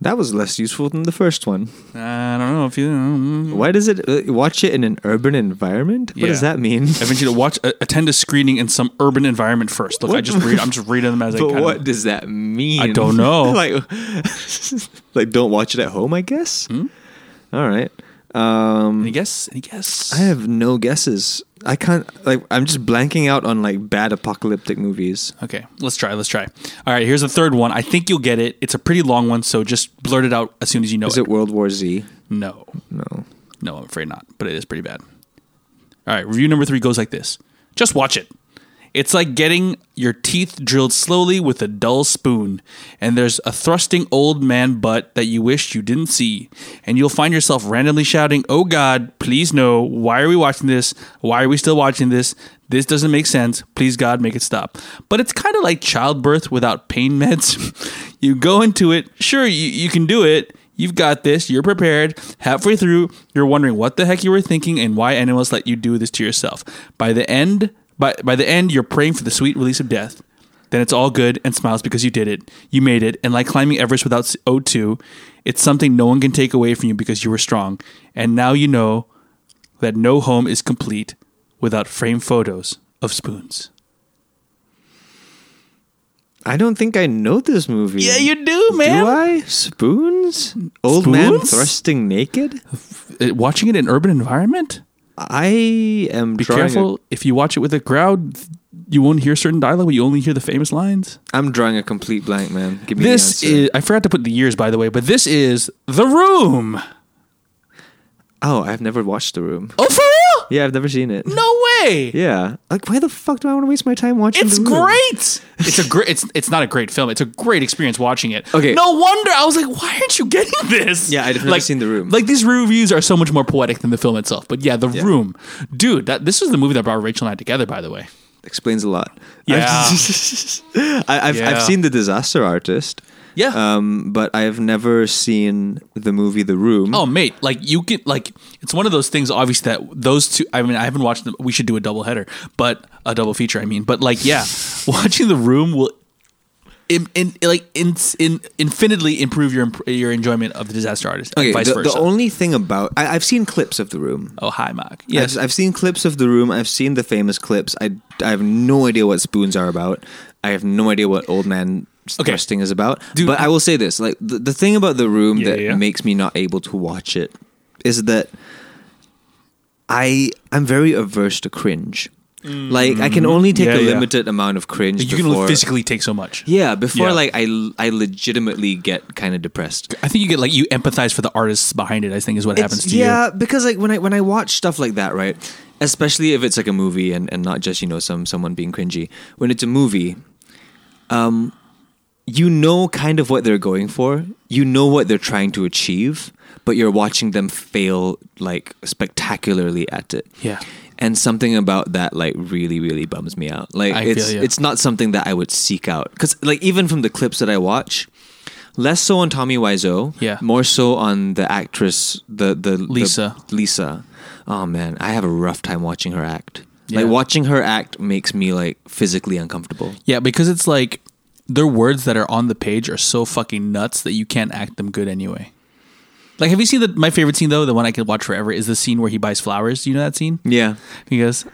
That was less useful than the first one.
I don't know if you. mm.
Why does it uh, watch it in an urban environment? What does
Yeah.
that mean?
I want you to watch, a- attend a screening in some urban environment first. Look, I
What?
just read. I'm just reading them as I.
But
kinda-
what does that mean?
I don't know.
like, like, don't watch it at home, I guess.
Hmm?
All right.
Any Mm, guess? Any guess?
I have no guesses. I can't. Like, I'm just blanking out on like bad apocalyptic movies.
Okay, let's try. Let's try. All right, here's the third one. I think you'll get it. It's a pretty long one, so just blurt it out as soon as you know
Is it World War Z?
No,
No.
no, I'm afraid not. But it is pretty bad. All right, review number three goes like this. Just watch it. It's like getting your teeth drilled slowly with a dull spoon, and there's a thrusting old man butt that you wish you didn't see, and you'll find yourself randomly shouting, "Oh God, please no! Why are we watching this? Why are we still watching this? This doesn't make sense. Please God, make it stop." But it's kind of like childbirth without pain meds. you go into it, sure you, you can do it. You've got this. You're prepared. Halfway through, you're wondering what the heck you were thinking and why animals let you do this to yourself. By the end, by by the end, you're praying for the sweet release of death. Then it's all good and smiles because you did it. You made it. And like climbing Everest without O2, it's something no one can take away from you because you were strong. And now you know that no home is complete without framed photos of spoons.
I don't think I know this movie.
Yeah, you do, man.
Do I? Spoons? Old man
Spoons?
thrusting naked?
Uh, Watching it in urban environment?
I am
Be
drawing.
careful. if you watch it with a crowd, you won't hear certain dialogue, but you only hear the famous lines.
A, I'm drawing a complete blank, man. Give me
This
the answer.
is, I forgot to put the years, by the way, but this is The Room.
Oh, I've never watched The Room.
Oh, for real?
Yeah, I've never seen it.
No way.
Yeah. Like, why the fuck do I want to waste my time watching
It's
The Room?
great. It's a great. It's it's not a great film. It's a great experience watching it.
Okay.
No wonder I was like, why aren't you getting this?
Yeah, I'd have never
like,
seen The Room.
Like these reviews are so much more poetic than the film itself. But yeah, The Room, dude. That this is the movie that brought Rachel and I together. By the way.
Explains a lot.
Yeah.
I, I've,
Yeah.
I've seen The Disaster Artist.
Yeah.
Um, but I've never seen the movie The Room.
Oh mate, like you can like it's one of those things. Obviously, that those two. I mean, I haven't watched them. We should do a double header, but a double feature. I mean, but like yeah, watching the room will. In, in like in, in infinitely improve your imp- your enjoyment of the disaster artist and
Okay,
vice
the,
versa.
the only thing about I, I've seen clips of the room.
oh hi, Mark.
Yes, I've, seen clips of the room. I've seen the famous clips. I, I have no idea what spoons are about. I have no idea what old man
Okay.
thrusting is about.
Dude-
but I will say this: like the, the thing about the room
Yeah,
that
yeah.
makes me not able to watch it is that I I'm very averse to cringe. Like I can only take
Mm. Yeah,
a
yeah.
limited amount of cringe.
you can
before,
physically take so much.
Yeah, before
Yeah.
like I I legitimately get kind of depressed.
I think you get like you empathize for the artists behind it. I think is what happens
It's-
to you.
yeah, because like when I when I watch stuff like that, right? Especially if it's like a movie and, and not just, you know, some someone being cringy. When it's a movie, um you know kind of what they're going for. You know what they're trying to achieve, but you're watching them fail like spectacularly at it.
Yeah.
And something about that like really, really bums me out. Like
I feel
it's
ya.
it's not something that I would seek out. Because like even from the clips that I watch, less so on Tommy Wiseau,
Yeah.
more so on the actress, the the the-
Lisa.
Lisa. Oh man, I have a rough time watching her act.
Yeah.
Like watching her act makes me like physically uncomfortable.
Yeah, because it's like their words that are on the page are so fucking nuts that you can't act them good anyway. Like, have you seen the my favorite scene though? The one I could watch forever is the scene where he buys flowers. Do you know that scene?
Yeah.
He goes,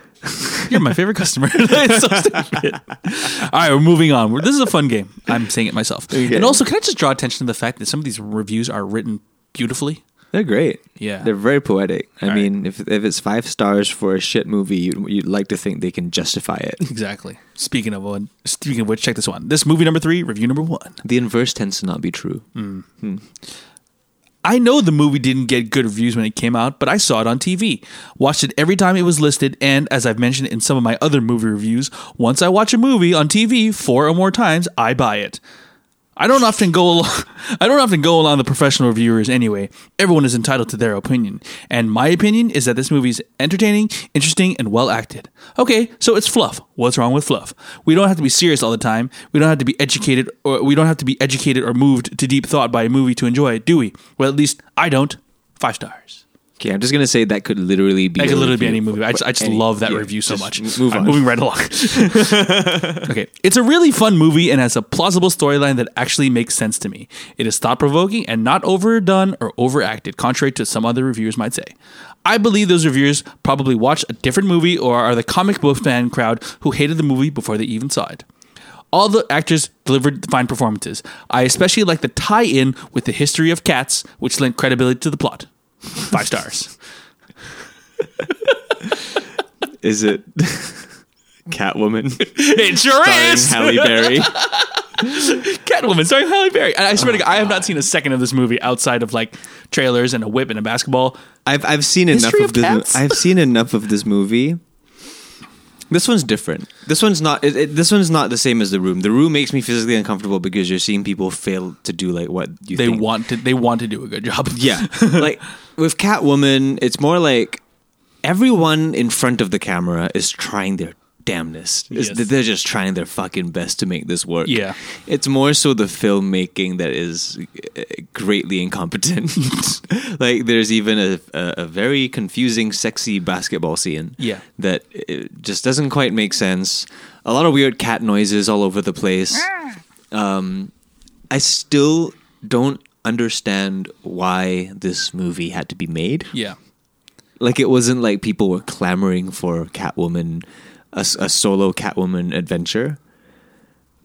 "You're my favorite customer." it's so stupid. All right, we're moving on. We're- This is a fun game. I'm saying it myself. And also, can I just draw attention to the fact that some of these reviews are written beautifully?
They're great.
Yeah.
They're very poetic. I
All right.
mean, if if it's 5 stars for a shit movie, you you'd like to think they can justify it.
Exactly. Speaking of one, speaking of which, check this one. This movie number three, review number one.
The inverse tends to not be true.
Mm. I know the movie didn't get good reviews when it came out, but I saw it on TV. Watched it every time it was listed, and as I've mentioned in some of my other movie reviews, once I watch a movie on TV four or more times, I buy it. I don't often go along I don't often go along the professional reviewers anyway. Everyone is entitled to their opinion, and my opinion is that this movie is entertaining, interesting, and well acted. Okay, so it's fluff. What's wrong with fluff? We don't have to be serious all the time. We don't have to be educated or we don't have to be educated or moved to deep thought by a movie to enjoy it, do we? Well, at least I don't. 5 stars.
Okay, I'm just gonna say that could literally be.
It
a
could literally be
review
any movie. I just, I just
Any-
love that
yeah,
review so
just
much.
Move
All
on.
right, moving right along. okay, it's a really fun movie and has a plausible storyline that actually makes sense to me. It is thought provoking and not overdone or overacted, contrary to some other reviewers might say. I believe those reviewers probably watched a different movie or are the comic book fan crowd who hated the movie before they even saw it. All the actors delivered fine performances. I especially like the tie in with the history of cats, which lent credibility to the plot. Five stars.
Is it Catwoman?
It sure
Starring
is.
Halle Berry.
Catwoman starring Halle Berry. And I
Oh,
swear to God, I have not seen a second of this movie outside of like trailers and a whip and a basketball.
I've I've seen
History of
enough of this.
cats?
I've seen enough of this movie. This one's different. This one's not. It, it- this one's not the same as the room. The room makes me physically uncomfortable because you're seeing people fail to do like what you
They
think.
want to. They want to do a good job.
Yeah, like with Catwoman, it's more like everyone in front of the camera is trying their damnedest. It's-
Yes.
They're just trying their fucking best to make this work.
Yeah.
it's more so the filmmaking that is uh, greatly incompetent. like there's even a, a, a very confusing, sexy basketball scene.
Yeah.
that it just doesn't quite make sense. A lot of weird cat noises all over the place. I still don't understand why this movie had to be made.
yeah.
Like it wasn't like people were clamoring for Catwoman, a, s- a solo Catwoman adventure.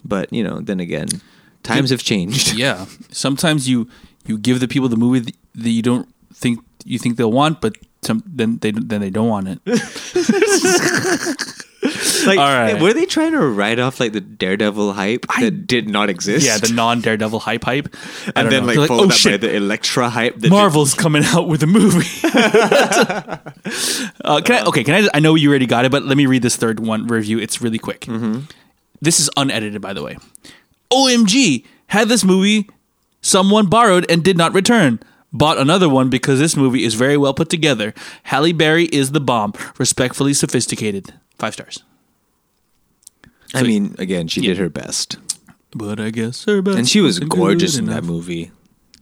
But you know, then again, times have changed.
Yeah. Sometimes you you give the people the movie that, that you don't think you think they'll want, but some, then they then they don't want it.
like,
All right.
were they trying to write off like the Daredevil hype that did not exist?
Yeah, the non Daredevil hype hype. I
and
don't
then
know.
like
They're
followed
oh,
up
shit,
by the Electra hype. That did-
Marvel's coming out with a movie. uh, can I, okay, can I? I know you already got it, but let me read this third one review. It's really quick.
Mm-hmm.
This is unedited, by the way. OMG! Had this movie someone borrowed and did not return. Bought another one because this movie is very well put together. Halle Berry is the bomb. Respectfully sophisticated. Five stars.
I mean, again, she did her best,
But I guess her best
and she was
wasn't
gorgeous
good
in that
enough.
movie.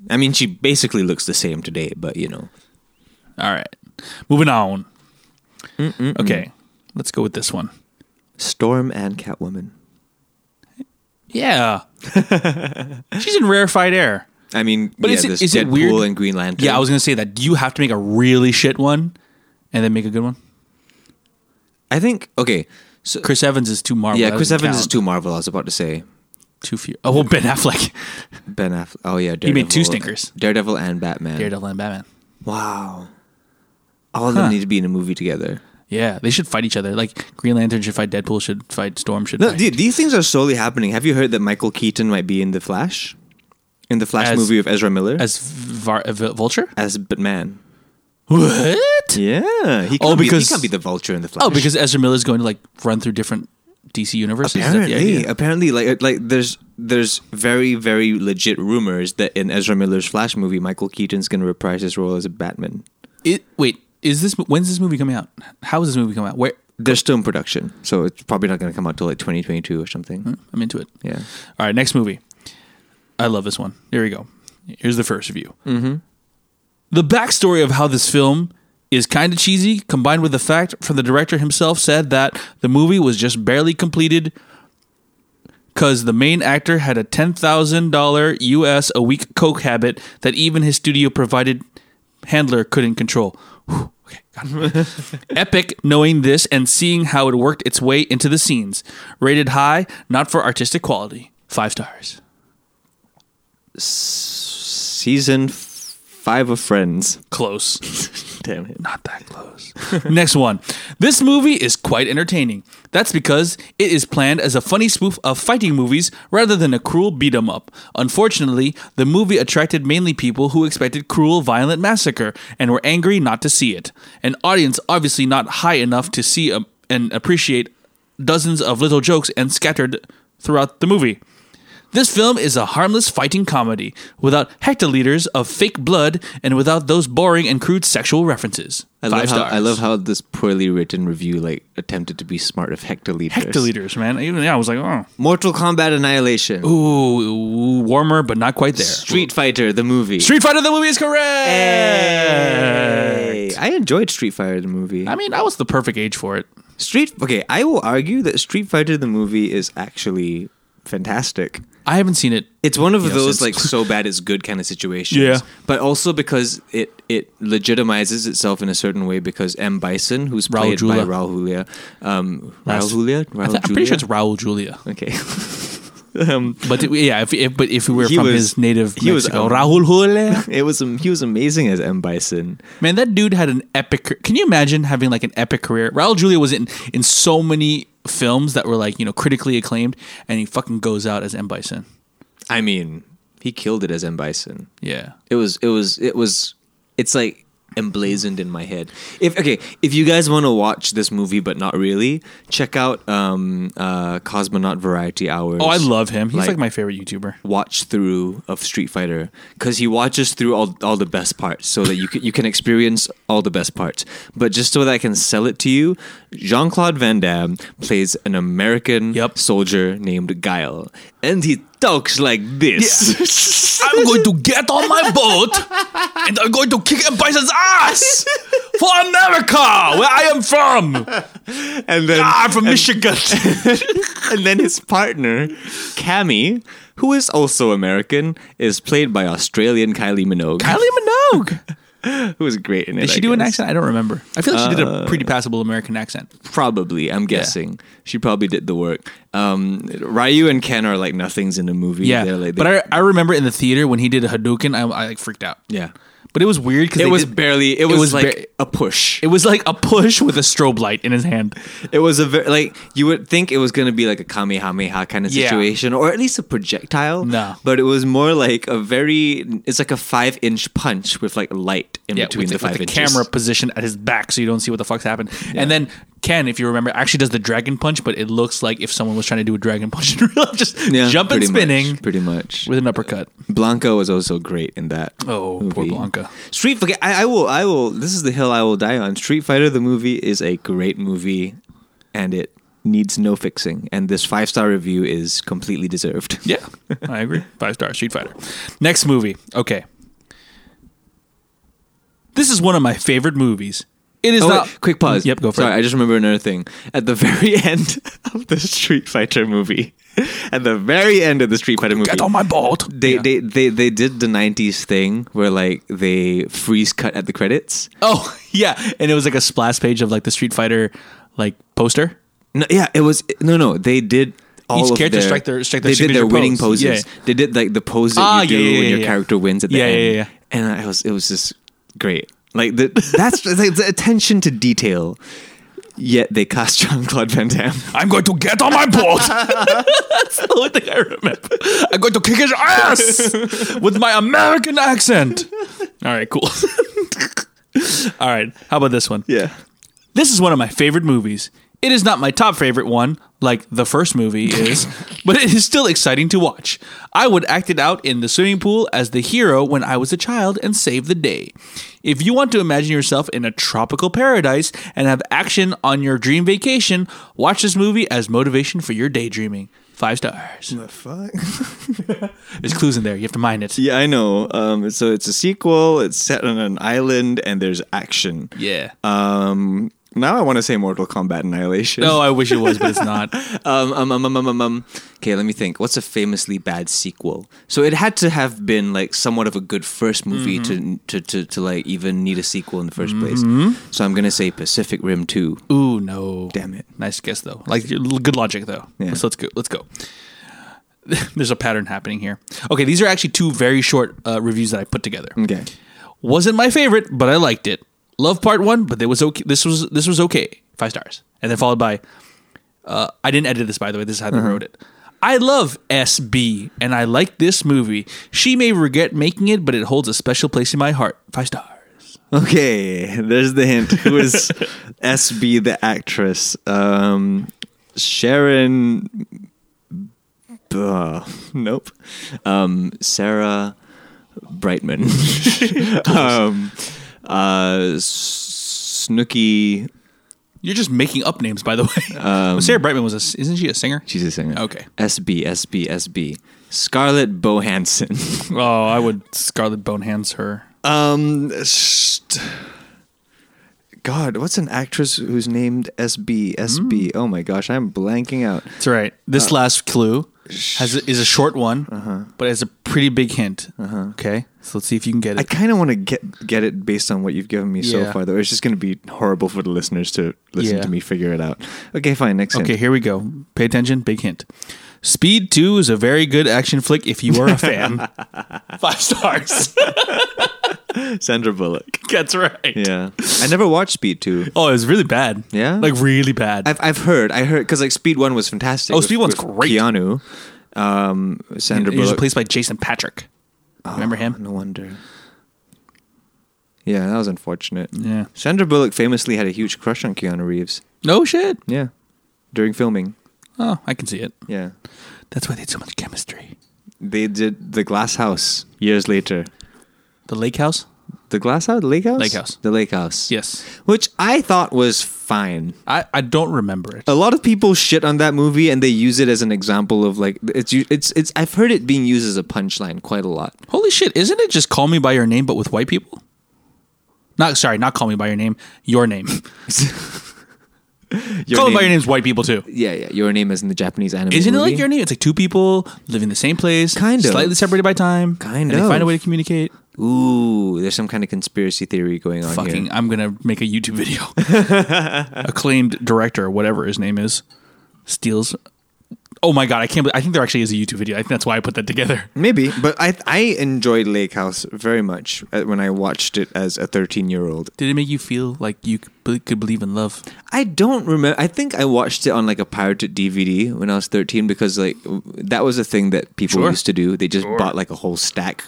I mean, she basically looks the same today, but you know.
All right, moving on. Okay, let's go with this one.
Storm and Catwoman.
Yeah. She's in rarefied air.
I mean,
But
yeah,
is it-
there's
is it
Deadpool
weird-
and Green Lantern.
Yeah, I was going to say that. Do you have to make a really shit one and then make a good one?
I think okay. So
Chris Evans is too Marvel.
yeah,
That
Chris
doesn't
Evans is
count.
too Marvel. I was about to say
Too few. Oh, well, Ben Affleck.
Ben Affleck. Oh yeah, Daredevil.
He made two stinkers.
Daredevil and Batman.
Daredevil and Batman.
Wow, all of them
Huh.
need to be in a movie together.
Yeah, they should fight each other. Like Green Lantern should fight Deadpool, should fight Storm, should
No,
fight.
dude, these things are slowly happening. Have you heard that Michael Keaton might be in the Flash, in the Flash
As-
movie of Ezra Miller
As Var- uh, Vul- Vulture?
as Batman?
What?
Yeah, he can't
Oh, because-
be, he can't be the Vulture in the Flash.
Oh, because Ezra Miller's going to like run through different DC universes. Is that the
apparently,
idea?
apparently, like uh, like there's there's very very legit rumors that in Ezra Miller's Flash movie, Michael Keaton's going to reprise his role as a Batman.
It, wait, is this when's this movie coming out? How is this movie coming out? Where
They're still in production, so it's probably not going to come out till like 2022 or something.
I'm into it.
Yeah.
All right, next movie. I love this one. Here we go. Here's the first review. Mm-hmm. The backstory of how this film is kind of cheesy, combined with the fact from the director himself said that the movie was just barely completed because the main actor had a ten thousand dollar U.S. a week coke habit that even his studio provided handler couldn't control. Whew, okay, got it. Epic, knowing this and seeing how it worked its way into the scenes. Rated high, not for artistic quality. Five stars.
Season f- five of Friends.
Close.
Damn it.
Not that close. Next one. This movie is quite entertaining. That's because it is planned as a funny spoof of fighting movies rather than a cruel beat 'em up. Unfortunately, the movie attracted mainly people who expected cruel, violent massacre and were angry not to see it. An audience obviously not high enough to see um, and appreciate dozens of little jokes and scattered throughout the movie. This film is a harmless fighting comedy without hectoliters of fake blood and without those boring and crude sexual references.
I love,
Five
how,
stars.
I love how this poorly wricen review like attempted to be smart of hectoliters.
hectoliters, man. Even yeah, I was like, oh,
Mortal Kombat Annihilation.
ooh, warmer, but not quite there.
Street Fighter the movie.
Street Fighter the movie is correct.
Hey. I enjoyed Street Fighter the movie.
I mean, I was the perfect age for it.
Street Okay, I will argue that Street Fighter the movie is actually fantastic.
I haven't seen it.
It's one of
You know,
those
since-
like so bad it's good kind of situations.
Yeah.
But also because it it legitimizes itself in a certain way because M Bison, who's
Raul
played by
Julia.
Raul Julia, um, Raul
Last-
Julia, Raul
I th- I'm pretty sure it's Raul Julia.
okay. Um,
But it- yeah, if, if but if we were
He
from
was-
his native
he was,
Mexico,
um,
Raul Julia.
it was am- he was amazing as M Bison.
Man, that dude had an epic. car- Can you imagine having like an epic career? Raul Julia was in in so many films that were like you know critically acclaimed, and he fucking goes out as M Bison.
I mean, he killed it as M Bison.
Yeah,
It was it was it was it's like emblazoned in my head. If okay, if you guys want to watch this movie but not really, check out um uh Cosmonaut Variety Hours.
Oh, I love him. He's like,
Like-
my favorite YouTuber.
watch through of Street Fighter because he watches through all, all the best parts so that you can, you can experience all the best parts. But just so that I can sell it to you, Jean Claude Van Damme plays an American
Yep.
soldier named Guile, and he talks like this.
I'm going to get on my boat and I'm going to kick M Bison's ass for America, where I am from.
and then
I'm from Michigan.
and then his partner, Cammy, who is also American, is played by Australian Kylie Minogue,
Kylie Minogue.
who is great in it.
Did she
I
do an
guess.
accent? I don't remember. Uh, I feel like she did a pretty passable American accent.
Probably, I'm guessing. She probably did the work. Um, Ryu and Ken are like nothings in the movie.
Yeah,
They're like
but I, I remember in the theater when he did a Hadouken, I, I like freaked out.
yeah,
But it was weird because
it was barely. It was,
was
like
bar-
a push.
it was like a push with a strobe light in his hand.
It was a very like you would think it was gonna be like a kamehameha kind of
Yeah.
situation, or at least a projectile.
No.
but it was more like a very. It's like a five inch punch with like light in between
with
the five
with the
inches.
camera position at his back, so you don't see what the fuck's happened. And then Ken, if you remember, actually does the dragon punch, but it looks like if someone was trying to do a dragon punch in real life, just
Yeah,
jumping,
pretty much,
spinning
pretty much.
with an uppercut.
Blanca was also great in that.
Oh, poor Blanca.
Street. Okay, I, I will. I will. This is the hill I will die on. Street Fighter the movie is a great movie, and it needs no fixing. And this five star review is completely deserved.
Yeah, I agree. Five star Street Fighter. Next movie. Okay, this is one of my favorite movies. It is
Oh,
not
wait, quick pause.
Yep, go for
Sorry,
it.
I just remember another thing. At the very end of the Street Fighter movie, at the very end of the Street Fighter movie,
Get on my board.
they,
Yeah.
they they they did the '90s thing where like they freeze cut at the credits.
Oh yeah, and it was like a splash page of like the Street Fighter like poster.
No, yeah, it was no, no. They did all
Each
of
character
their,
strike their- strike their
they did their
signature
winning
pose.
poses.
Yeah.
They did like the pose that
Ah,
you do
yeah, yeah,
when
yeah,
your
yeah.
character wins at the
Yeah, yeah,
end.
yeah.
And I was, it was just great. Like the, that's like, the attention to detail. Yet they cast Jean Claude Van Damme.
I'm going to get on my board. That's the only thing I remember. I'm going to kick his ass with my American accent. All right, cool. All right, how about this one?
Yeah,
This is one of my favorite movies. It is not my top favorite one, like the first movie is, but it is still exciting to watch. I would act it out in the swimming pool as the hero when I was a child and save the day. If you want to imagine yourself in a tropical paradise and have action on your dream vacation, watch this movie as motivation for your daydreaming. Five stars.
the fuck.
There's clues in there. You have to mind it.
Yeah, I know. Um, so it's a sequel. It's set on an island, and there's action.
Yeah.
Um, now I want to say Mortal Kombat Annihilation.
No, I wish it was, but it's not.
um, um, um, um, um, um, um. Okay, let me think. What's a famously bad sequel? So it had to have been like somewhat of a good first movie to, to to to like even need a sequel in the 1st place. So I'm gonna say Pacific Rim Two.
Ooh no!
Damn it.
Nice guess though. Like your- good logic though.
Yeah.
So let's go. Let's go. There's a pattern happening here. Okay, these are actually two very short uh, reviews that I put together.
Okay.
Wasn't my favorite, but I liked it. Love part one, but it was okay. This was this was okay. Five stars, and then followed by. Uh, I didn't edit this by the way. This is how
Uh-huh.
they wrote it. I love SB, and I like this movie. She may regret making it, but it holds a special place in my heart. Five stars.
Okay. There's the hint. Who is SB the actress? Um, Sharon uh, nope. Um, Sarah Brightman. um, uh, Snooky.
You're just making up names, by the way.
Um,
Sarah Brightman was a, s- isn't she a singer?
She's a singer.
Okay.
SB, SB, SB. Scarlett Bohansen.
Oh, I would Scarlet Bonehands her.
Um, st- God, what's an actress who's named SB? SB.
Hmm.
Oh my gosh, I'm blanking out.
That's right.
Uh,
This last clue has a, is a short one,
Uh-huh.
but it's a pretty big hint. Okay, so let's see if you can get
I
it.
kind of want to get get it based on what you've given me so
Yeah.
far, though. It's just going to be horrible for the listeners to listen
Yeah.
to me figure it out. Okay, fine. Next. hint.
Okay, here we go. Pay attention. Big hint. Speed Two is a very good action flick if you are a fan. Five stars.
Sandra Bullock.
That's right.
Yeah, I never watched Speed Two.
Oh, it was really bad.
Yeah?
like really bad.
I've I've heard. I heard because like Speed One was fantastic.
Oh,
with-
Speed 1's
with
great.
Keanu, um, Sandra
He was
Bullock.
replaced by Jason Patrick. Remember
Oh,
him?
No wonder. Yeah, that was unfortunate.
Yeah.
Sandra Bullock famously had a huge crush on Keanu Reeves.
No shit.
Yeah. During filming.
Oh, I can see it.
Yeah.
That's why they had so much chemistry.
They did The Glass House years later.
The Lake House.
The Glass House? Lake House?
Lake House.
The Lake House.
Yes.
Which I thought was fine.
I, I don't remember it.
A lot of people shit on that movie and they use it as an example of like it's u- it's it's I've heard it being used as a punchline quite a lot.
Holy shit, isn't it just call me by your name but with white people? Not sorry, not call me by your name, your name.
Your
call me
name,
by your name's white people too.
Yeah, yeah. Your name is in the Japanese anime.
Isn't it
movie.
like your name? It's like two people living in the same place,
Kind of.
slightly separated by time. and
Kind
They
of.
find a way to communicate.
Ooh, there's some kind of conspiracy theory going on
Fucking,
here.
I'm gonna make a YouTube video. Acclaimed director, whatever his name is, steals. Oh my god, I can't. believe I think there actually is a YouTube video. I think that's why I put that together.
Maybe, but I I enjoyed Lake House very much uh, when I watched it as a 13 year old.
Did it make you feel like you could could believe in love?
I don't remember. I think I watched it on like a pirated DVD when I was 13 because like w- that was a thing that people
Sure.
used to do. They just bought like a whole stack,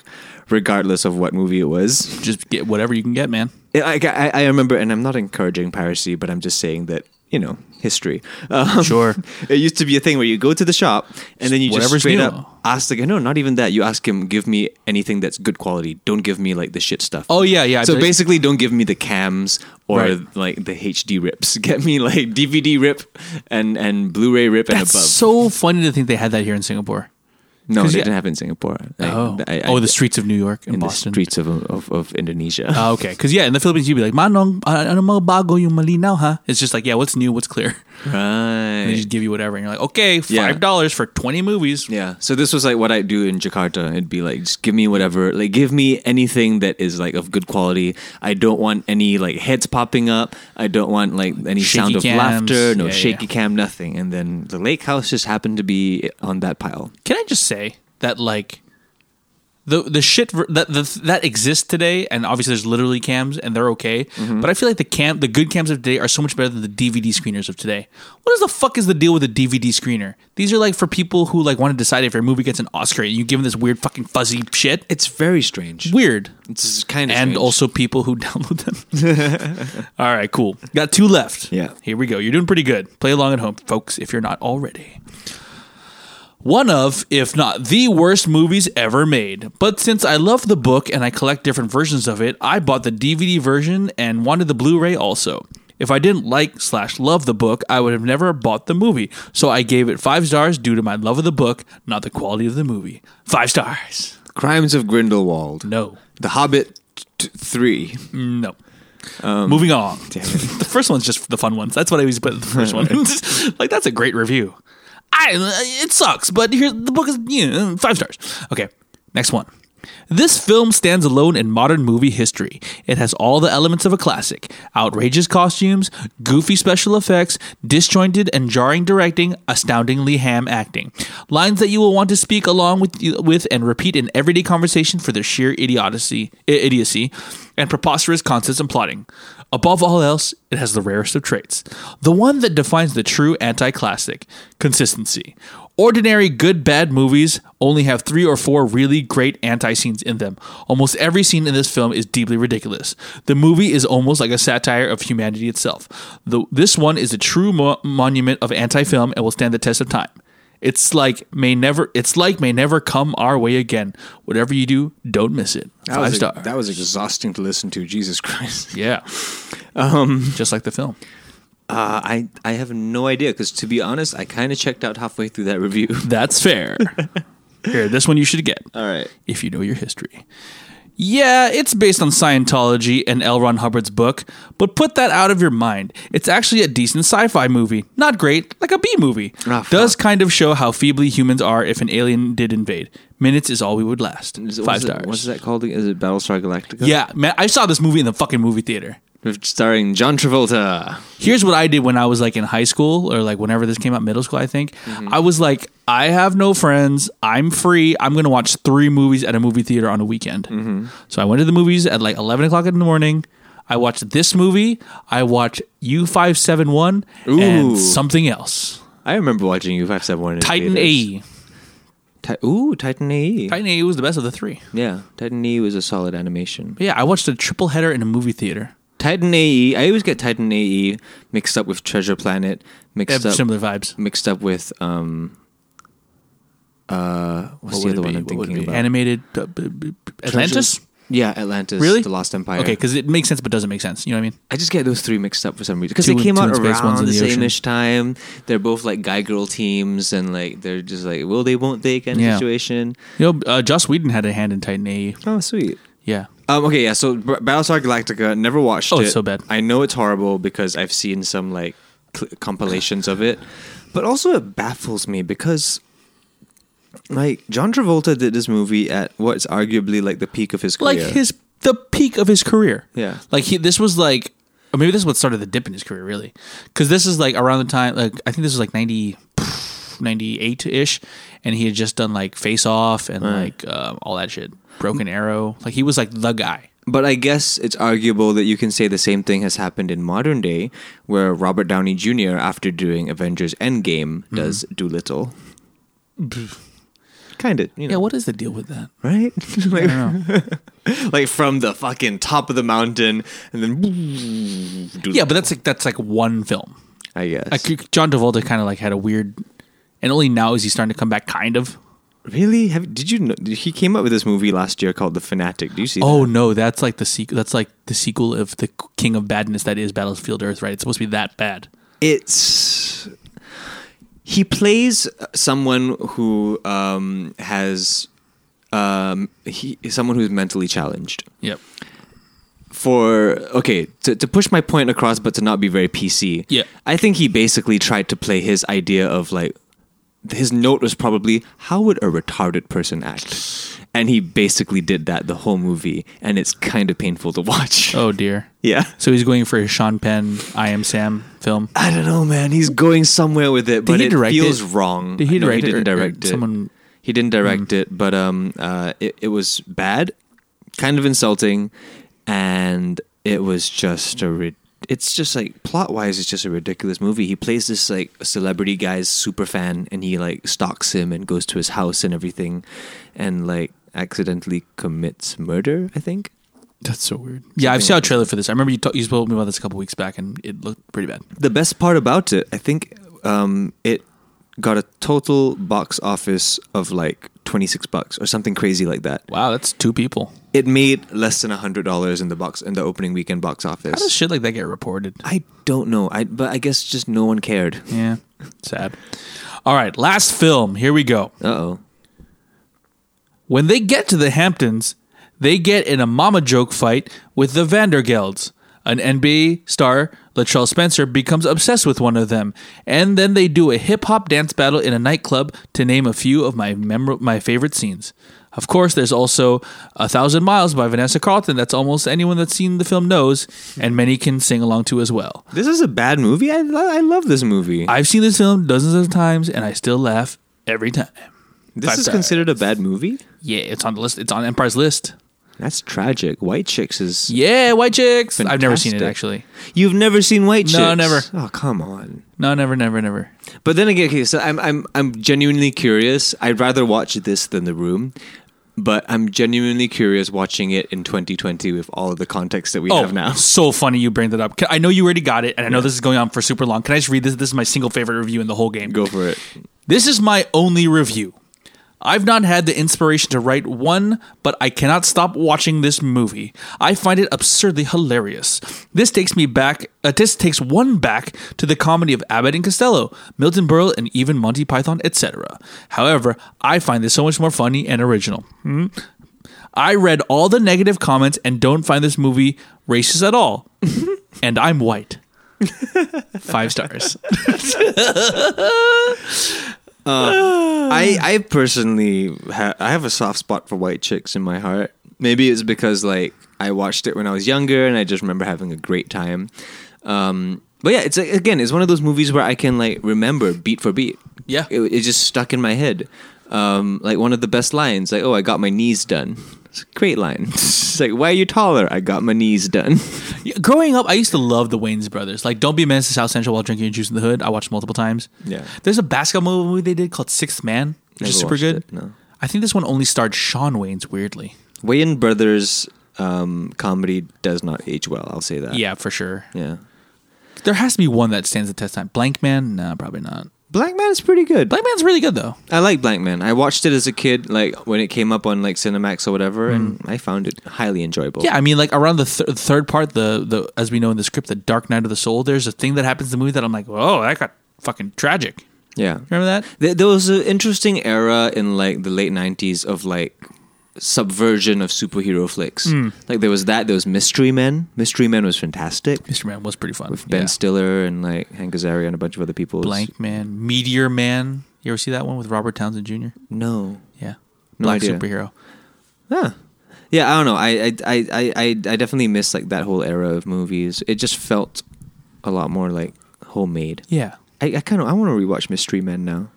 regardless of what movie it was.
Just get whatever you can get, man.
It- like, I, I remember, and I'm not encouraging piracy, but I'm just saying that you know history. Um,
Sure.
it used to be a thing where you go to the shop and then you just
Whatever's
straight
new.
up ask the guy. No, not even that. You ask him, give me anything that's good quality. Don't give me like the shit stuff.
Oh yeah, yeah.
So
but-
basically, don't give me the cams or
Right.
like the HD rips. Get me like DVD rip and and Blu-ray rip
That's
and above.
so funny to think they had that here in Singapore.
no, they
yeah.
didn't have it in Singapore. Like,
oh,
I- I-
oh, the streets of New York and
in
Boston.
the streets of of, of Indonesia.
Oh, okay, because yeah, in the Philippines you'd be like, "Manong, ah, ano mga bago yung malinaw, ha?" It's just like, yeah, what's new, what's clear. They
right.
just give you whatever, and you're like, okay,
Yeah.
five dollars for twenty movies.
Yeah. So this was like what I do in Jakarta. It'd be like just give me whatever, like give me anything that is like of good quality. I don't want any like heads popping up. I don't want like any
Shaky
sound of
cams.
laughter, no
Yeah,
shaky
yeah.
cam, nothing. And then the lake house just happened to be on that pile.
Can I just say that like the the shit ver- that the, that exists today, and obviously there's literally cams, and they're okay. But I feel like the cam, the good cams of today, are so much better than the DVD screeners of today. What is the fuck is the deal with the DVD screener? These are like for people who like want to decide if your movie gets an Oscar, and you give them this weird fucking fuzzy shit.
It's very strange.
weird.
It's kind of
And also people who download them. All right, cool. Got two left.
Yeah.
Here we go. You're doing pretty good. Play along at home, folks, if you're not already. One of, if not the worst movies ever made. But since I love the book and I collect different versions of it, I bought the DVD version and wanted the Blu-ray also. If I didn't like slash love the book, I would have never bought the movie. So I gave it five stars due to my love of the book, not the quality of the movie. Five stars.
Crimes of Grindelwald.
No.
The Hobbit t- 3.
No. Moving on. the first one's just the fun ones. That's what I always put in the first one. like that's a great review. I uh, it sucks, but here the book is you know, five stars. Okay, next one. This film stands alone in modern movie history. It has all the elements of a classic outrageous costumes, goofy special effects, disjointed and jarring directing, astoundingly ham acting. Lines that you will want to speak along with, with and repeat in everyday conversation for their sheer idiocy, i- idiocy and preposterous concepts and plotting. Above all else, it has the rarest of traits the one that defines the true anti classic consistency. Ordinary good bad movies only have three or four really great anti scenes in them. Almost every scene in this film is deeply ridiculous. The movie is almost like a satire of humanity itself. The, this one is a true mo- monument of anti film and will stand the test of time. It's like may never. It's like may never come our way again. Whatever you do, don't miss it.
That
Five
was,
star.
that was exhausting to listen to. Jesus Christ.
yeah. Um, just like the film.
Uh, I I have no idea because to be honest, I kind of checked out halfway through that review.
That's fair. Here, this one you should get.
All right.
if you know your history. Yeah, it's based on Scientology and L. Ron Hubbard's book, but put that out of your mind. It's actually a decent sci fi movie. Not great, like a B movie.
Ah, fuck.
Does kind of show how feebly humans are if an alien did invade. Minutes is all we would last.
Is it-
Five
what's
stars.
It, what's that called? Is it Battlestar Galactica?
yeah, man, I saw this movie in the fucking movie theater.
Starring John Travolta.
Here's what I did when I was like in high school or like whenever this came out, middle school, I think.
Mm-hmm.
I was like, I have no friends. I'm free. I'm going to watch three movies at a movie theater on a weekend.
Mm-hmm.
So I went to the movies at like 11 o'clock in the morning. I watched this movie. I watched U571
Ooh.
and something else.
I remember watching U five seven one.
Titan AE.
Ti- Ooh, Titan AE.
Titan AE was the best of the three.
yeah, Titan AE was a solid animation.
But yeah, I watched a triple header in a movie theater.
Titan AE. I always get Titan AE mixed up with Treasure Planet.
They
Mixed
have
up.
similar vibes.
Mixed up with um. Uh, what's
What
the
would
other
it
one
be?
I'm
What would it
thinking
be?
about?
Animated uh, b- b- b- Atlantis?
Treasure- Yeah, Atlantis.
Really?
The Lost Empire.
Okay, because it makes sense but doesn't make sense. You know what I mean?
I just get those three mixed up for some reason because
Two
they
in-
came
two
out
in space, one's
around
in
the
the ocean.
same-ish time. They're both like guy-girl teams, and like they're just like will they, won't they kind of
Yeah.
situation.
You know, uh, Joss Whedon had a E. hand in Titan AE.
Oh, sweet.
Yeah.
Um, okay, yeah. So B- Battlestar Galactica, never watched
Oh,
it.
it's so bad.
I know it's horrible because I've seen some like cl- compilations of it, but also it baffles me because like John Travolta did this movie at what's arguably like the peak of his career.
Like his the peak of his career.
Yeah.
Like he this was like or maybe this is what started the dip in his career really. Cuz this is like around the time like I think this was like 90 98-ish and he had just done like Face Off and like um, all that shit. Broken Arrow. Like he was like the guy.
But I guess it's arguable that you can say the same thing has happened in modern day, where Robert Downey Jr., after doing Avengers Endgame, does
Mm-hmm.
Doolittle. kind of, you know.
Yeah, what is the deal with that?
right? like, like from the fucking top of the mountain, and then. Doolittle,
Yeah, but that's like that's like one film.
I guess.
Like John Travolta kind of like had a weird and only now is he starting to come back kind of.
really? Have, did you know? He came up with this movie last year called The Fanatic. Do you see?
Oh no, that's like the sequel. That's like the sequel of the King of Badness that is Battlefield Earth, right? It's supposed to be that bad.
it's he plays someone who um, has um, he someone who's mentally challenged
Yep.
for okay to, to push my point across but to not be very pc
Yeah.
i think he basically tried to play his idea of like his note was probably how would a retarded person act and he basically did that the whole movie and it's kind of painful to watch
Oh dear.
yeah
So he's going for his Sean Penn I Am Sam film.
I don't know, man. He's going somewhere with it, but
he
it
direct
feels
it?
wrong.
Did he
No,
direct it
didn't
or- or
direct it.
someone- Hmm.
He didn't direct it, but um, uh, it it was bad, kind of insulting, and it was just a. Ri- it's just like plot wise, it's just a ridiculous movie. He plays this like celebrity guy's super fan, and he like stalks him and goes to his house and everything, and like accidentally commits murder. I think.
That's so weird. Yeah, I've seen a trailer for this. I remember you ta- you spoke to me about this a couple weeks back, and it looked pretty bad.
the best part about it, I think, um, it got a total box office of like twenty six bucks or something crazy like that.
Wow, that's two people.
It made less than hundred dollars in the box in the opening weekend box
How does
office.
shit like that get reported?
I don't know. I but I guess just no one cared.
Yeah, sad. All right, last film. Here we go.
Uh oh.
When they get to the Hamptons, they get in a mama joke fight with the Vandergelds. An NBA star, Latrell Spencer, becomes obsessed with one of them, and then they do a hip hop dance battle in a nightclub. To name a few of my memor- my favorite scenes. Of course, there's also A Thousand Miles by Vanessa Carlton. That's almost anyone that's seen the film knows, and many can sing along to as well.
This is a bad movie. I lo- I love this movie.
I've seen this film dozens of times, and I still laugh every time.
this
Five
is
stars.
considered a bad movie.
Yeah, it's on the list. It's on Empire's list.
That's tragic. White Chicks is.
Yeah, White Chicks. I've never seen it
Fantastic.
actually.
You've never seen White Chicks?
No, never.
Oh come on.
No, never, never, never.
But then again, okay, so I'm I'm I'm genuinely curious. I'd rather watch this than The Room, but I'm genuinely curious watching it in 2020 with all of the context that we
Oh.
have now.
so funny you bring that up. Can- I know you already got it, and I know this is going on for super long. Can I just read this? This is my single favorite review in the whole game.
Go for it.
This is my only review. I've not had the inspiration to write one, but I cannot stop watching this movie. I find it absurdly hilarious. This takes me back. Uh, this takes one back to the comedy of Abbott and Costello, Milton Berle, and even Monty Python, etc. However, I find this so much more funny and original. Hmm? I read all the negative comments and don't find this movie racist at all. and I'm white. Five stars.
I, I personally ha- I have a soft spot for white chicks in my heart. Maybe it's because like I watched it when I was younger and I just remember having a great time. Um, but yeah, it's like, again, it's one of those movies where I can like remember beat for beat.
Yeah.
it, it just stuck in my head. Um, like one of the best lines, like "Oh, I got my knees done." It's a great line. it's like, "Why are you taller?" I got my knees done.
Yeah, Growing up, I used to love the Wayne's Brothers. Like, don't be a menace to South Central while drinking your juice in the hood. I watched multiple times.
Yeah.
There's a basketball movie they did called Sixth Man, which is
Never
super
watched
good.
it, no.
I think this one only starred Sean Wayne's, weirdly.
Wayans Brothers um, comedy does not age well. I'll say that.
Yeah, for sure.
yeah.
There has to be one that stands the test of time. Blank Man? Nah, probably not.
Black Man is pretty good.
Blank Man's really good, though.
I like Blank Man. I watched it as a kid, like when it came up on like Cinemax or whatever, and I found it highly enjoyable.
Mm. Yeah, I mean, like around the th- third part, the the as we know in the script, the Dark Knight of the Soul. There's a thing that happens in the movie that I'm like, whoa, that got fucking tragic.
yeah.
Remember that?
There, there was an interesting era in like the late '90s of like subversion of superhero flicks.
Mm.
Like there was that. There was Mystery Men. Mystery Men was fantastic.
Mr. Man was pretty fun.
With Ben
Yeah.
Stiller and like Hank Azaria and a bunch of other people.
Blank Man, Meteor Man. You ever see that one with Robert Townsend Jr.?
No.
Yeah,
No
black
idea.
superhero.
Huh. Yeah, I don't know. I I, I, I I definitely miss like that whole era of movies. It just felt a lot more like homemade.
Yeah,
I, I kind of I want to rewatch Mystery Men now.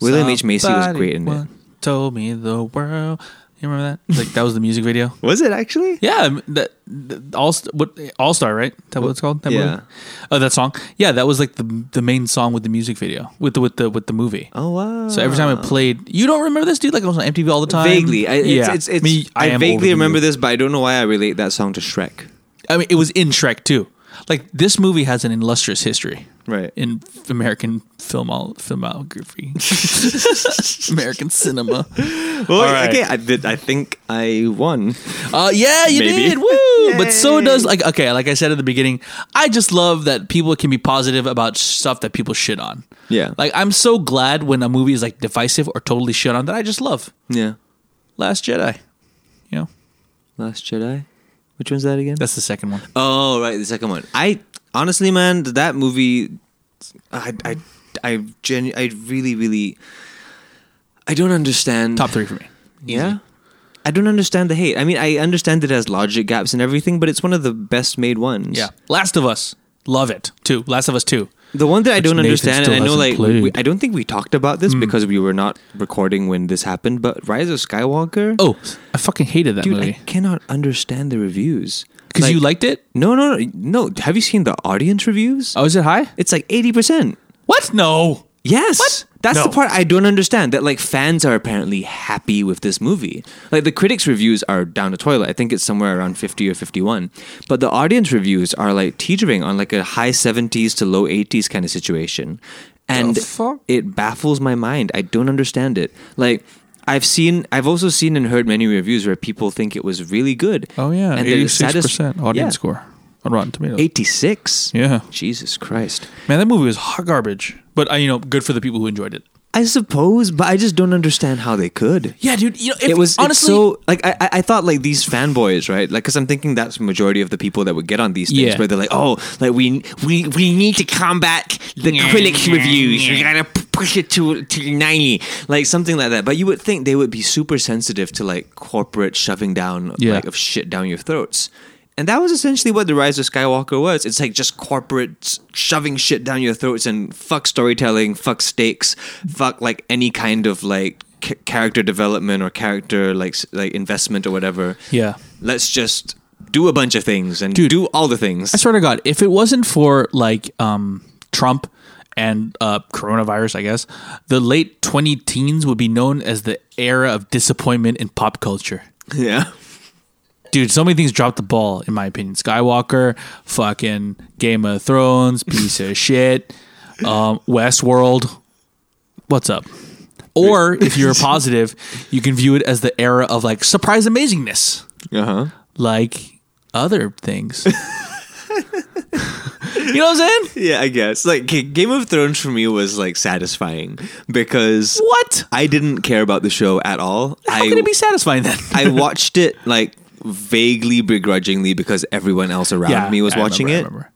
William H Macy was
Somebody
great in it.
once Told me the world. You remember that? Like that was the music video.
Was it actually?
Yeah, um, that, that all what All Star, right? Is that what it's called? That
Yeah.
movie? Oh, that song. Yeah, that was like the the main song with the music video with the with the with the movie.
Oh wow!
So every time I played, you don't remember this dude? Like I was on MTV all the time.
vaguely, I, it's, it's, it's,
Me-
I,
am older
vaguely
than
remember
you.
this, but I don't know why I relate that song to Shrek.
I mean, it was in Shrek too. Like this movie has an illustrious history,
Right.
In f- American filmo- filmography, American cinema.
Well,
All right.
okay, I did. I think I won.
Uh, yeah, you
Maybe.
did. Woo! But so
Yay.
does like okay, like I said at the beginning, I just love that people can be positive about stuff that people shit on.
Yeah.
Like I'm so glad when a movie is like divisive or totally shit on that I just love.
Yeah.
Last Jedi. You know,
Last Jedi. Which one's that again?
that's the second one.
Oh right, the second one. I honestly, man, that movie, I, I, I, genu- I really, really, I don't understand.
Top 3 for me.
yeah. I don't understand the hate. I mean, I understand it has logic gaps and everything, but it's one of the best made ones.
Yeah. Last of Us. Love it. 2. Last of Us 2.
The one that I don't
Nathan
understand,
still
and I know,
hasn't
like,
played.
we, I don't think we talked about
Hmm.
this because we were not recording when this happened, but Rise of Skywalker.
Oh, I fucking hated that
dude, I
movie.
cannot understand the reviews.
Cuz you liked it?
No, no, no, no. Have you seen the audience reviews?
Oh, is it high?
It's like 80%.
What? No.
Yes.
What?
That's
No.
the part I don't understand. That like fans are apparently happy with this movie. Like the critics' reviews are down the toilet. I think it's somewhere around fifty or fifty-one. But the audience reviews are like teetering on like a high seventies to low eighties kind of situation. And
The fuck?
it baffles my mind. I don't understand it. Like I've seen, I've also seen and heard many reviews where people think it was really good.
Oh yeah,
and they're
86%
satis-
audience
Yeah.
score on Rotten Tomatoes.
Eighty-six.
Yeah.
Jesus Christ.
Man, that movie was hot garbage. But uh, you know, good for the people who enjoyed it.
I suppose, but I just don't understand how they could.
Yeah, dude. You know,
it was honestly
honestly.
so like I, I I thought like these fanboys right like because I'm thinking that's the majority of the people that would get on these things
Yeah.
where they're like oh like we we we need to combat the critics reviews we gotta p- push it to to ninety like something like that but you would think they would be super sensitive to like corporate shoving down
Yeah.
like of shit down your throats. And that was essentially what the rise of Skywalker was. It's like just corporate s- shoving shit down your throats and fuck storytelling, fuck stakes, fuck like any kind of like c- character development or character like s- like investment or whatever.
Yeah.
Let's just do a bunch of things and
Dude,
do all the things.
I swear to God, if it wasn't for like um, Trump and uh, coronavirus, I guess the late twenty teens would be known as the era of disappointment in pop culture.
yeah.
Dude, so many things dropped the ball, in my opinion. Skywalker, fucking Game of Thrones, piece of shit, um, Westworld. What's up? Or if you're positive, you can view it as the era of like surprise amazingness,
Uh huh.
like other things. you know what I'm saying?
Yeah, I guess. Like G- Game of Thrones for me was like satisfying because
What?
I didn't care about the show at all.
How
I
can it be satisfying then?
I watched it like vaguely begrudgingly because everyone else around me was
I
watching
remember, I
it.
remember.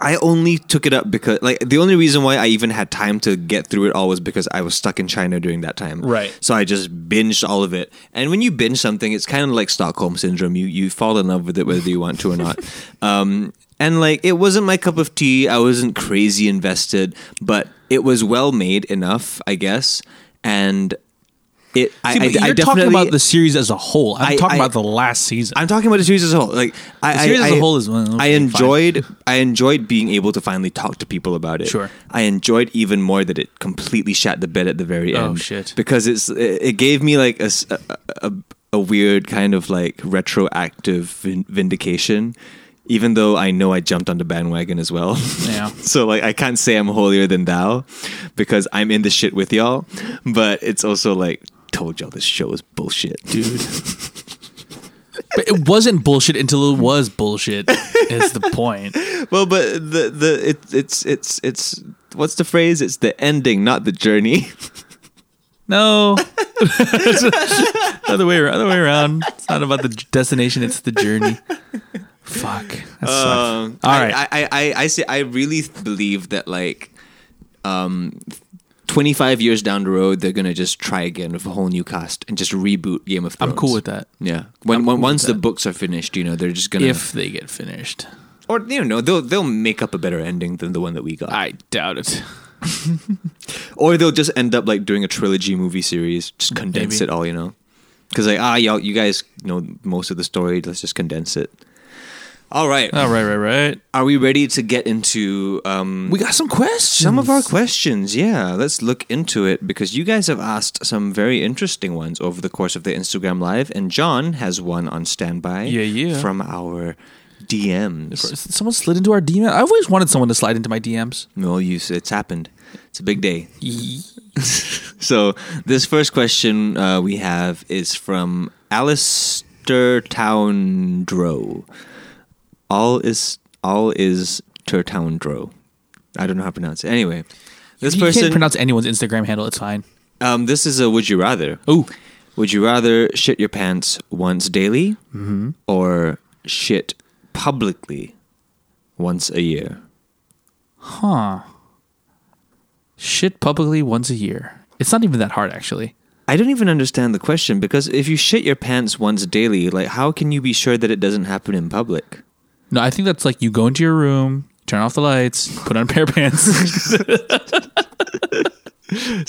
I only took it up because like the only reason why I even had time to get through it all was because I was stuck in China during that time.
Right.
So I just binged all of it. And when you binge something, it's kind of like Stockholm syndrome. You you fall in love with it whether you want to or not. um and like it wasn't my cup of tea. I wasn't crazy invested, but it was well made enough, I guess. And it I,
See,
I,
but you're
I
talking
definitely
about the series as a whole. I'm
I-
talking
I-
about the last season.
I'm talking about the series as a whole. Like I,
The series
I,
as a
I-
whole is, well,
I
okay,
enjoyed. I enjoyed being able to finally talk to people about it.
Sure.
I enjoyed even more that it completely shat the bed at the very
Oh,
end.
shit.
Because it's it it gave me like a s- a- a- a weird kind of like retroactive vin- vindication. Even though I know I jumped on the bandwagon as well.
Yeah.
so like I can't say I'm holier than thou because I'm in the shit with y'all. But it's also like told y'all this show is bullshit.
dude. but it wasn't bullshit until it was bullshit. is the point?
Well, but the the it, it's it's it's what's the phrase? It's the ending, not the journey.
No. other way, other way around. It's not about the destination; it's the journey. Fuck. That sucks.
Um,
All right.
I I, I, I say I really believe that like, um, twenty five years down the road, they're gonna just try again with a whole new cast and just reboot Game of Thrones.
I'm cool with that.
Yeah. When, when
cool with
once the
that.
books are finished, you know they're just gonna
If they get finished,
or you know they'll they'll make up a better ending than the one that we got,
I doubt it.
or they'll just end up like doing a trilogy movie series, just condense
Mm, Maybe.
it all, you know. Because like ah, y'all, you guys know most of the story. Let's just condense it. All right.
All right, right, right.
Are we ready to get into um,
We got some questions.
some of our questions? Yeah, let's look into it because you guys have asked some very interesting ones over the course of the Instagram live, and John has one on standby.
Yeah, yeah.
From our DMs.
Someone slid into our DM. I've always wanted someone to slide into my DMs.
No use. It's happened. It's a big day. So this first question uh, we have is from Alistair Towndrow. All is all is Turtowndrow. I don't know how to pronounce it. Anyway, this
you
person
can't pronounce anyone's Instagram handle. It's fine.
um, this is a would you rather.
Ooh.
Would you rather shit your pants once daily
Mm-hmm.
or shit publicly once a year?
Shit publicly once a year. It's not even that hard, actually.
I don't even understand the question because if you shit your pants once daily, like how can you be sure that it doesn't happen in public?
No, I think that's like you go into your room, turn off the lights, put on a pair of pants.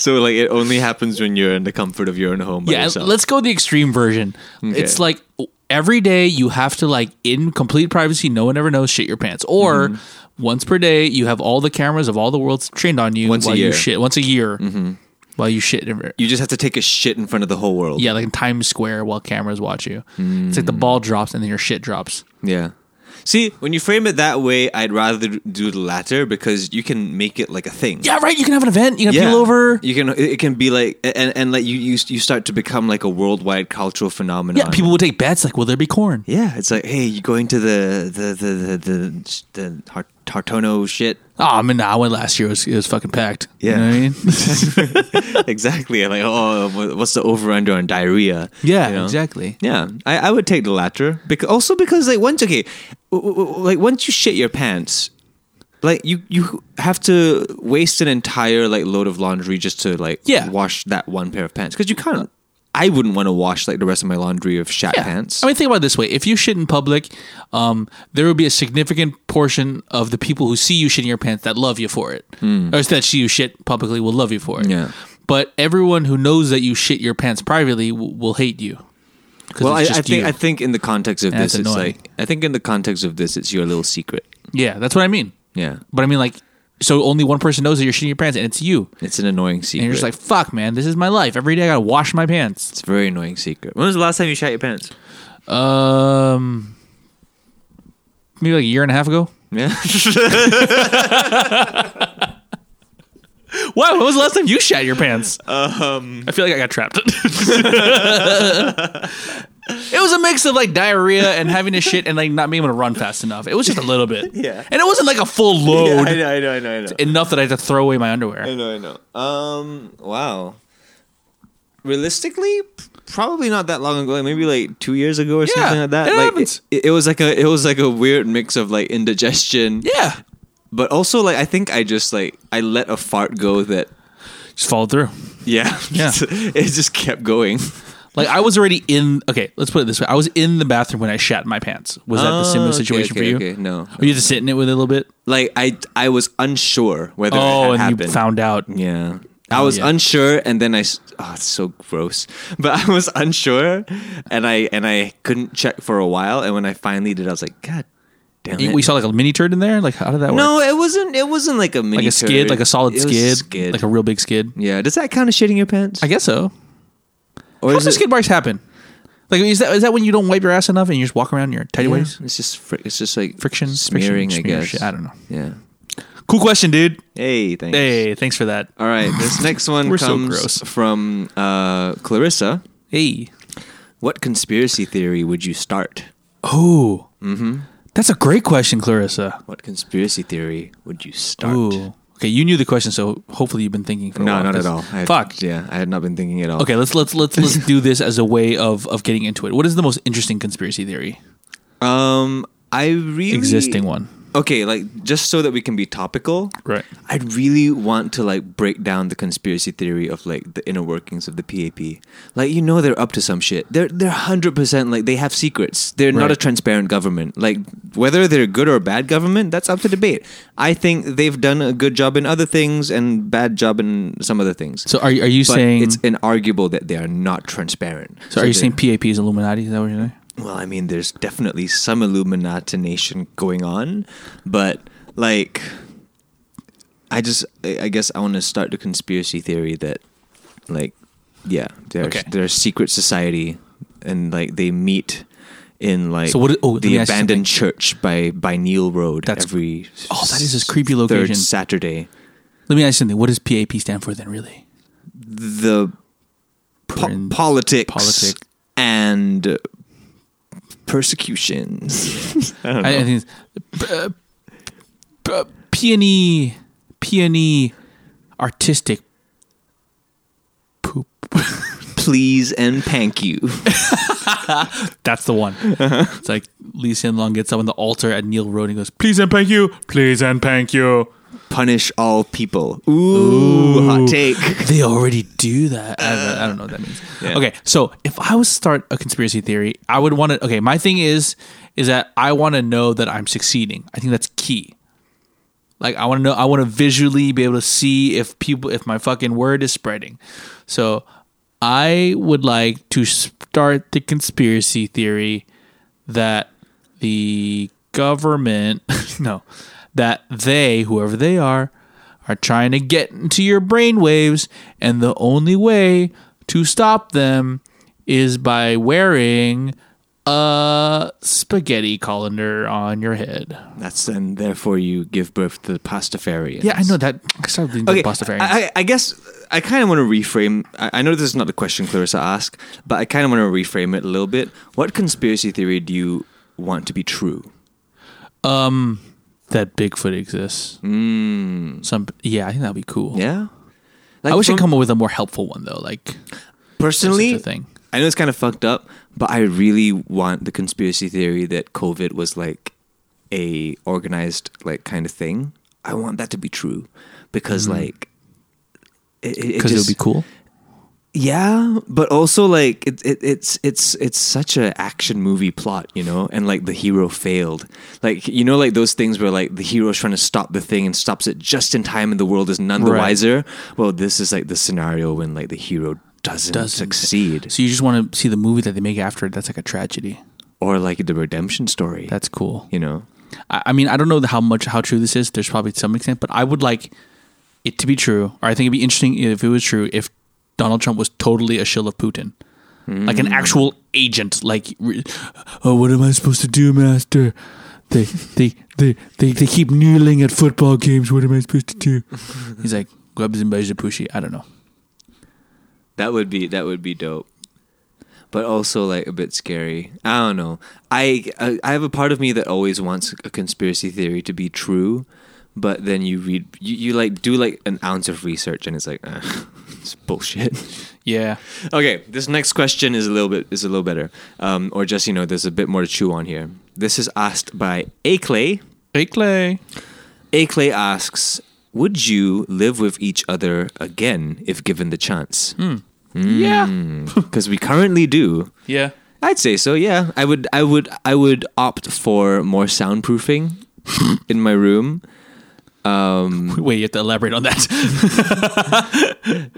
So like it only happens when you're in the comfort of your own home. By
yeah,
yourself.
let's go the extreme version. It's like every day you have to like in complete privacy, no one ever knows, shit your pants. Or
Mm-hmm.
once per day you have all the cameras of all the world's trained on you
Once a
while
year. Mm-hmm.
you shit once a year while you shit. every-
You just have to take a shit in front of the whole world.
Yeah, like in Times Square while cameras watch you. It's like the
Mm.
ball drops and then your shit drops.
Yeah. See, when you frame it that way, I'd rather do the latter because you can make it like a thing.
Yeah, right. You can have an event. You can peel over.
You can. It it can be like and and like you you you start to become like a worldwide cultural phenomenon.
Yeah, people will take bets. Like, will there be corn?
Yeah, it's like hey, you going to the the the the the, the Hart- Hartono shit.
Oh, I mean, nah, I went last year. It was, it was fucking packed.
Yeah.
You know what I mean?
exactly. Like oh, wha- what's the over under on diarrhea?
Yeah,
You know?
exactly.
Yeah, I, I would take the latter because also because like once okay, w- w- w- like once you shit your pants, like you you have to waste an entire like load of laundry just to like
Yeah.
wash that one pair of pants because you can't. I wouldn't want to wash like the rest of my laundry of shat
Yeah.
pants.
I mean, think about it this way: if you shit in public, um, there will be a significant portion of the people who see you shitting your pants that love you for it, or that see you shit publicly will love you for it.
Hmm. Yeah.
But everyone who knows that you shit your pants privately will, will hate you. 'Cause
well, I, I
it's just
think
you.
I think in the context of
And
this,
it's
it's
annoying.
like I think in the context of this, it's your little secret.
yeah, that's what I mean.
Yeah,
But I mean, like, so only one person knows that you're shitting your pants, and it's you.
it's an annoying secret.
And you're just like, fuck, man, this is my life. Every day I gotta wash my pants.
it's a very annoying secret. When was the last time you shat your pants?
Um, maybe like a year and a half ago.
Yeah.
Wow, when was the last time you shat your pants? Um, I feel like I got trapped. it was a mix of like diarrhea and having to shit and like not being able to run fast enough. It was just a little bit.
Yeah.
And it wasn't like a full load
I know, I know, I know, I know.
enough that I had to throw away my underwear.
I know, I know. Um, wow. Realistically, p- probably not that long ago. like Maybe like two years ago or something like that.
it
like
happens.
It, it was like a it was like a weird mix of like indigestion,
Yeah.
but also like I think I just like I let a fart go that
Just followed through.
yeah
Yeah.
it just kept going.
Like I was already in. Okay, let's put it this way: I was in the bathroom when I shat my pants. Was that the similar
Oh, Uh, okay,
situation
okay,
for you?
okay, no.
Or you had to sit in it with it a little bit.
Like I I was unsure whether
Oh,
it
and
had
you
happened.
found out.
Yeah. I was
yeah.
unsure and then I s- oh, it's so gross. But I was unsure and I and I couldn't check for a while and when I finally did I was like god damn it.
You- We saw like a mini turd in there. Like how did that work?
no, it wasn't it wasn't like a mini
like a skid,
turd.
like a solid
It was
skid,
skid.
like a real big skid.
yeah, does that count as shitting your pants?
I guess so.
or
How
is
does
it-
skid marks happen? Like is that is that when you don't wipe your ass enough and you just walk around in your tidy
Yeah,
ways?
It's just fric it's just like
Friction, friction,
smearing, I
smear
guess.
shit, I don't know.
Yeah.
Cool question, dude.
Hey, thanks.
Hey, thanks for that.
All right, this next one
We're
comes
so gross.
from uh, Clarissa.
Hey.
What conspiracy theory would you start?
Oh. Mm-hmm. That's a great question, Clarissa.
What conspiracy theory would you start?
Ooh. Okay, you knew the question, so hopefully you've been thinking for a
No,
while.
not at
'cause-
all. I,
Fuck.
Yeah, I had not been thinking at all.
Okay, let's let's let's let's do this as a way of of getting into it. What is the most interesting conspiracy theory?
Um, I really
Existing one.
Okay, like just so that we can be topical.
Right.
I'd really want to like break down the conspiracy theory of like the inner workings of the PAP. Like you know they're up to some shit. They're they're hundred percent like they have secrets. They're not a
Right.
transparent government. Like whether they're good or bad government, that's up to debate. I think they've done a good job in other things and bad job in some other things.
So are are you
but
saying
it's inarguable that they are not transparent.
So are you
they're-
saying PAP is Illuminati? Is that what you're saying?
well, I mean, there's definitely some illuminatination going on, but like, I just, I I guess, I want to start the conspiracy theory that, like, yeah, there's
Okay.
there's secret society, and like they meet in like
So what- oh, let
the
me ask you
abandoned church by by Neil Road
That's-
every
Oh, that is this creepy
third
location.
Saturday.
Let me ask you something. What does PAP stand for then, really?
The po-
Prin-
politics
politic.
and persecutions. I don't
I, I think it's, uh, p- uh, peony, peony, artistic poop.
please and thank you.
That's the one. It's like Lee Hsien Long gets up on the altar at Neil Road and goes, "Please and thank you, please and thank you."
Punish all people. Ooh, hot take.
They already do that. I don't, I don't know what that means. Okay, so if I was to start a conspiracy theory, I would want to. Okay, my thing is is that I want to know that I'm succeeding. I think that's key. Like I want to know. I want to visually be able to see if people, if my fucking word is spreading. So I would like to start the conspiracy theory that the government, no, that they, whoever they are, are trying to get into your brain waves, and the only way to stop them is by wearing a spaghetti colander on your head.
That's and therefore you give birth to the pastafarians.
Yeah, I know that. I started reading
Okay,
the Bostafarians.
I, I- I guess I kind of want to reframe. I, I know this is not the question Clarissa asked, but I kind of want to reframe it a little bit. What conspiracy theory do you want to be true?
that Bigfoot exists. Some Hmm. yeah, I think that'd be cool.
Yeah, like
I wish
from-
I'd come up with a more helpful one though. Like
personally.
That's such a thing.
I know it's kind of fucked up, but I really want the conspiracy theory that COVID was like a organized like kind of thing. I want that to be true because like it, it, it
because it,
just-
would Mm-hmm. be cool.
yeah, but also like it, it, it's it's it's such a action movie plot, you know, and like the hero failed, like you know, like those things where like the hero's trying to stop the thing and stops it just in time, and the world is none the
Right.
wiser. Well, this is like the scenario when like the hero doesn't,
Doesn't.
succeed,
So you just want to see the movie that they make after it. That's like a tragedy.
or like the redemption story.
That's cool.
you know,
I, I mean, I don't know how much how true this is. There's probably some extent, but I would like it to be true. Or I think it'd be interesting if it was true. If Donald Trump was totally a shill of Putin, like
Hmm.
an actual agent. Like, re- oh, what am I supposed to do, Master? They they they they, they keep kneeling at football games. What am I supposed to do? He's like, Gwebzimbajapushi. I don't know.
That would be that would be dope. But also like a bit scary. I don't know. I I, I have a part of me that always wants a conspiracy theory to be true, but then you read you, you like do like an ounce of research and it's like eh, it's bullshit.
Yeah.
Okay, this next question is a little bit is a little better, um, or just you know, there's a bit more to chew on here. This is asked by A Clay.
Hey, Clay.
A Clay asks, "Would you live with each other again if given the chance?"
Hmm.
Hmm.
Yeah.
Because we currently do.
Yeah.
I'd say so. Yeah, I would. I would. I would opt for more soundproofing in my room.
Wait, you have to elaborate on that.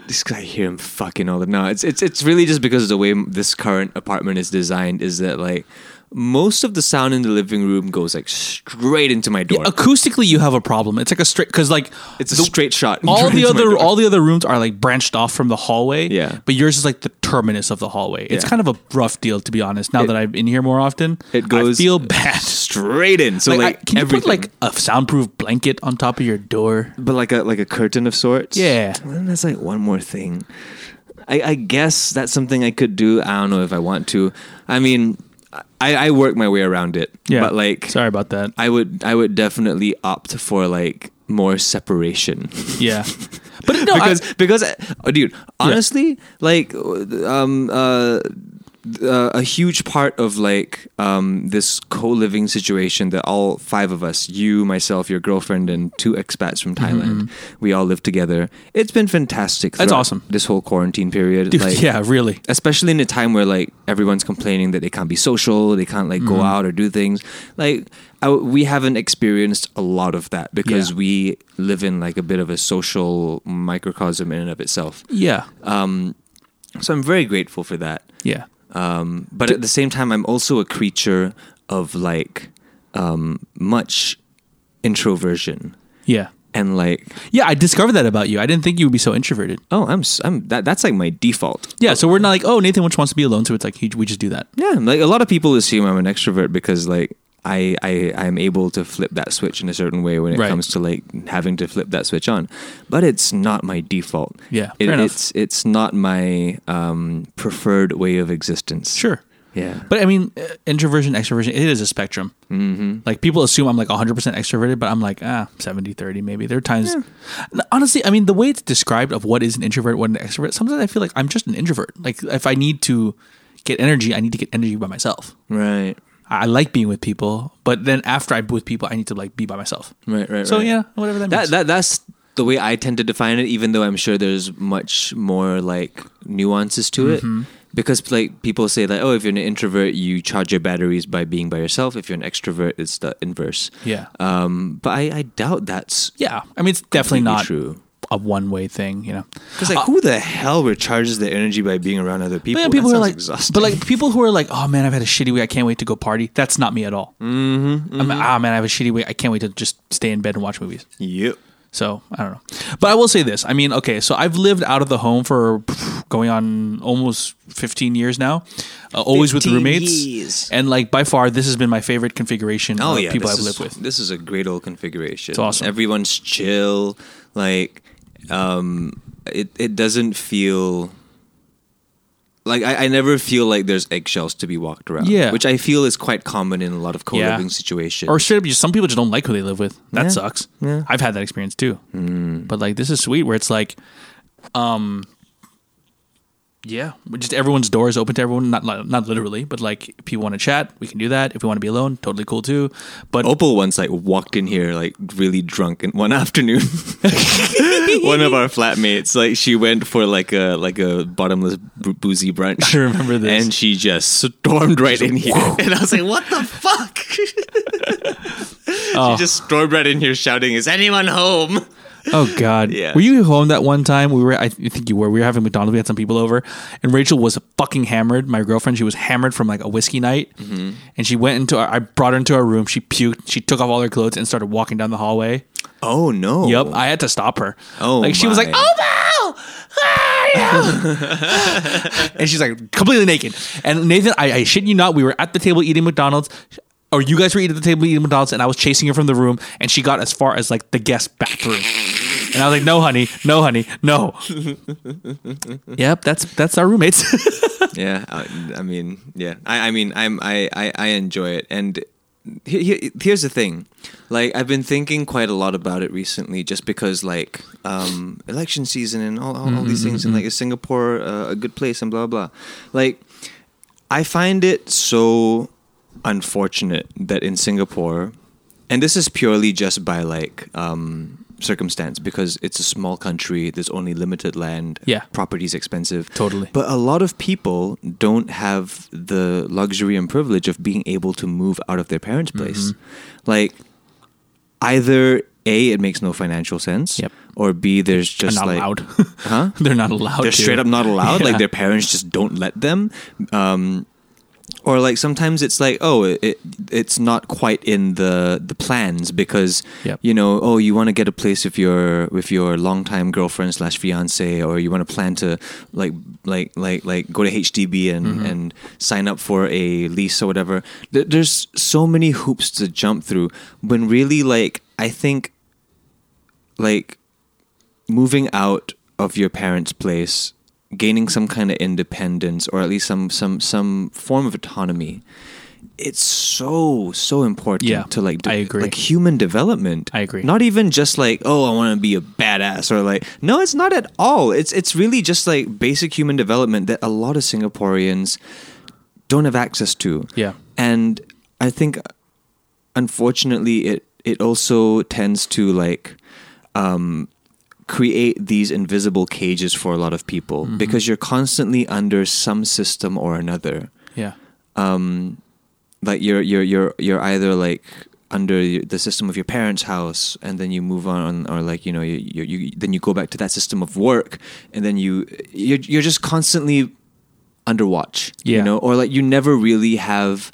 This guy hear him fucking all the no. It's it's it's really just because of the way this current apartment is designed is that like most of the sound in the living room goes like straight into my door.
Acoustically, you have a problem. It's like a straight because like
it's a
the-
straight shot.
all
right
the
into my
other
door.
all the other rooms are like branched off from the hallway.
Yeah.
but yours is like the terminus of the hallway. It's
Yeah.
kind of a rough deal to be honest. Now that I'm in here more often,
It goes-
I feel bad.
straight in. So
Like,
like,
I- can you put
everything.
like a soundproof blanket on top of your door?
but like a like a curtain of sorts.
Yeah.
and that's like one more thing. I, I guess that's something I could do. I don't know if I want to. I mean, I, I work my way around it. but like
sorry about that.
I would I would definitely opt for like more separation
yeah, but no, I-
because because oh, dude honestly like um uh uh, a huge part of like um, this co-living situation that all five of us you myself your girlfriend and two expats from thailand we all live together it's been fantastic
Mm-hmm. That's
throughout
awesome.
this whole quarantine period
dude,
like
yeah, really.
especially in a time where like everyone's complaining that they can't be social, they can't like go out or do things. Like I, we haven't experienced a lot of that because
Yeah.
we live in like a bit of a social microcosm in and of itself.
Yeah,
uh, So I'm very grateful for that.
yeah.
Um, but at the same time, I'm also a creature of like um, much introversion
Yeah.
and like
Yeah, I discovered that about you. I didn't think you would be so introverted.
oh I'm s- I'm that, that's like my default.
Yeah, so we're not like, oh, Nathan just wants to be alone, so it's like he, we just do that.
Yeah, like a lot of people assume I'm an extrovert because like I I I'm able to flip that switch in a certain way when it
Right.
comes to like having to flip that switch on, but it's not my default.
Yeah,
It-
fair enough.
it's it's not my um, preferred way of existence.
Sure.
Yeah.
But I mean, uh, introversion, extroversion, it is a spectrum. Mm-hmm. Like people assume I'm like 100% extroverted, but I'm like, ah, 70, 30 maybe. There are times, N- honestly, I mean, the way it's described of what is an introvert, what an extrovert, sometimes I feel like I'm just an introvert. Like if I need to get energy, I need to get energy by myself.
Right.
I I like being with people, but then after I'm with people, I need to like be by myself.
Right. Right.
So
right.
yeah, whatever that means.
That that that's the way I tend to define it. Even though I'm sure there's much more like nuances to it.
Mm-hmm.
Because like people say like oh if you're an introvert you charge your batteries by being by yourself if you're an extrovert it's the inverse
yeah.
Um, but I, I doubt that's
yeah. I mean, it's definitely
completely
not
true.
a one way thing, you know? Uh,
because like who the hell recharges their energy by being around other people?
But yeah, people
That
who are
sounds
like,
exhausting.
but like people who are like, oh man, I've had a shitty week. I can't wait to go party. That's not me at all. Mm-hmm, I'm like, ah man, I have a shitty week. I can't wait to just stay in bed and watch movies.
yep.
So I don't know. But I will say this. I mean, okay, so I've lived out of the home for pff, going on almost 15 years now, uh, always with
15
roommates,
years.
and like by far, this has been my favorite configuration of
Oh yeah,
people
this
I've
is-
lived with.
This is a great old configuration. It's
awesome.
Everyone's chill. Like, um, it it doesn't feel like I, I never feel like there's eggshells to be walked around.
Yeah.
which I feel is quite common in a lot of
Yeah.
co-living situations.
Or straight up, just some people just don't like who they live with. That
Yeah.
sucks.
Yeah. Hmm.
I've had that experience too. But like, this is sweet where it's like, um, yeah, we're just everyone's door is open to everyone. Not li- not literally, but like, if you want to chat, we can do that. If we want to be alone, totally cool too. But
Opal once like walked in here like really drunk in one afternoon. one of our flatmates like she went for like a like a bottomless bru- boozy brunch.
I remember this.
And she just stormed right in here. And I was like, "What the fuck?"
Oh.
She just stormed right in here shouting, "Is anyone home?"
Oh God!
Yeah.
Were you home that one time? We were. I th- think you were. We were having McDonald's. We had some people over, and Rachel was fucking hammered. My girlfriend, she was hammered from like a whiskey night,
Mm-hmm.
and she went into. Our, I brought her into our room. She puked. She took off all her clothes and started walking down the hallway.
Oh no.
Yep, I had to stop her.
Oh,
like she was like,
my.
"Oh no!" and she's like completely naked. And Nathan, I, I shit you not, we were at the table eating McDonald's, or you guys were eating at the table eating McDonald's, and I was chasing her from the room, and she got as far as like the guest bathroom. And I was like, no, honey, no, honey, no. yep, that's that's our roommates.
yeah I, I mean yeah i, I mean i'm I, I i enjoy it and he, he- here's the thing like i've been thinking quite a lot about it recently just because like um election season and all, all, all these things and like is singapore uh, a good place and blah blah like i find it so unfortunate that in singapore and this is purely just by like um circumstance because it's a small country there's only limited land
Yeah.
property's expensive
Totally.
but a lot of people don't have the luxury and privilege of being able to move out of their parents'
Mm-hmm.
place. Like, either A, it makes no financial sense,
Yep.
or B, there's just
not
like.
allowed.
Huh?
They're not allowed.
They're
to.
straight up not allowed.
Yeah.
Like, their parents just don't let them. Um, or like sometimes it's like oh it, it it's not quite in the the plans because
Yep.
you know oh you want to get a place with your with your longtime girlfriend slash fiance or you want to plan to like like like like go to HDB and
Mm-hmm.
and sign up for a lease or whatever there, there's so many hoops to jump through when really like I think like moving out of your parents' place, gaining some kind of independence or at least some some some form of autonomy, it's so so important
Yeah,
to like
I agree.
like human development.
I agree.
Not even just like oh I want to be a badass or like no it's not at all. It's it's really just like basic human development that a lot of Singaporeans don't have access to.
Yeah.
And I think unfortunately it it also tends to like um create these invisible cages for a lot of people because you're constantly under some system or another
Yeah.
like you're you're you're you're either like under your- the system of your parents' house, and then you move on, or like you know, you, you, you then you go back to that system of work, and then you you're, you're just constantly under watch,
Yeah.
you know, or like you never really have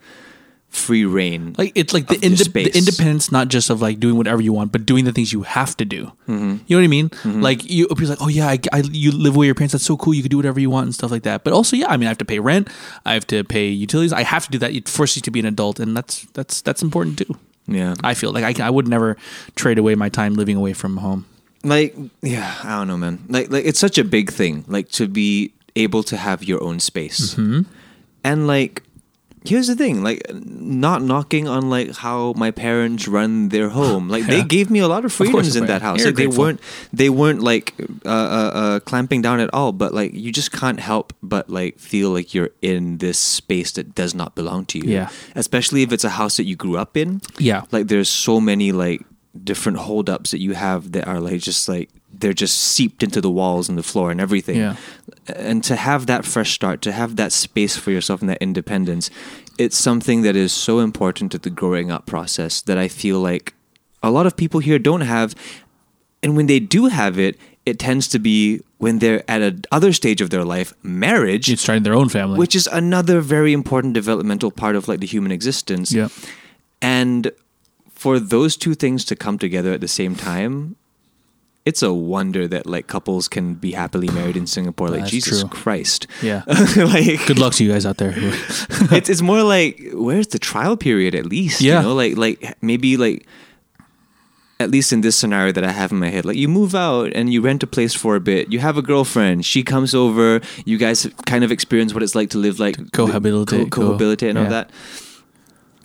free reign.
Like it's like the,
Of your
inde-
space.
the independence, not just of like doing whatever you want, but doing the things you have to do.
Mm-hmm.
You know what I mean? Like you, people are like, oh yeah, I, I- you live with your parents. That's so cool. You can do whatever you want and stuff like that. But also, yeah, I mean, I have to pay rent. I have to pay utilities. I have to do that. It forces you to be an adult, and that's that's that's important too.
yeah,
I feel like I can, I would never trade away my time living away from home.
like yeah i don't know man like like it's such a big thing like to be able to have your own space
Mm-hmm.
and like here's the thing like not knocking on like how my parents run their home like they
Yeah.
gave me a lot of
course,
freedoms in
right.
that house
You're
like they
grateful.
weren't they weren't like uh, uh, uh, clamping down at all but like you just can't help but like feel like you're in this space that does not belong to you
Yeah.
especially if it's a house that you grew up in
Yeah.
like there's so many like different holdups that you have that are like just like they're just seeped into the walls and the floor and everything
Yeah.
and to have that fresh start to have that space for yourself and that independence it's something that is so important to the growing up process that i feel like a lot of people here don't have and when they do have it it tends to be when they're at another stage of their life marriage
It's starting their own family.
which is another very important developmental part of like the human existence
yeah,
and for those two things to come together at the same time, it's a wonder that like couples can be happily married in Singapore. Like
That's
Jesus
true.
Christ.
yeah.
like
Good luck to you guys out there.
it's it's more like where's the trial period at least?
Yeah.
You know, like like maybe like at least in this scenario that I have in my head, like you move out and you rent a place for a bit. You have a girlfriend. She comes over. You guys kind of experience what it's like to live like
cohabitate,
co-
co-
cohabitate, and all
yeah.
that.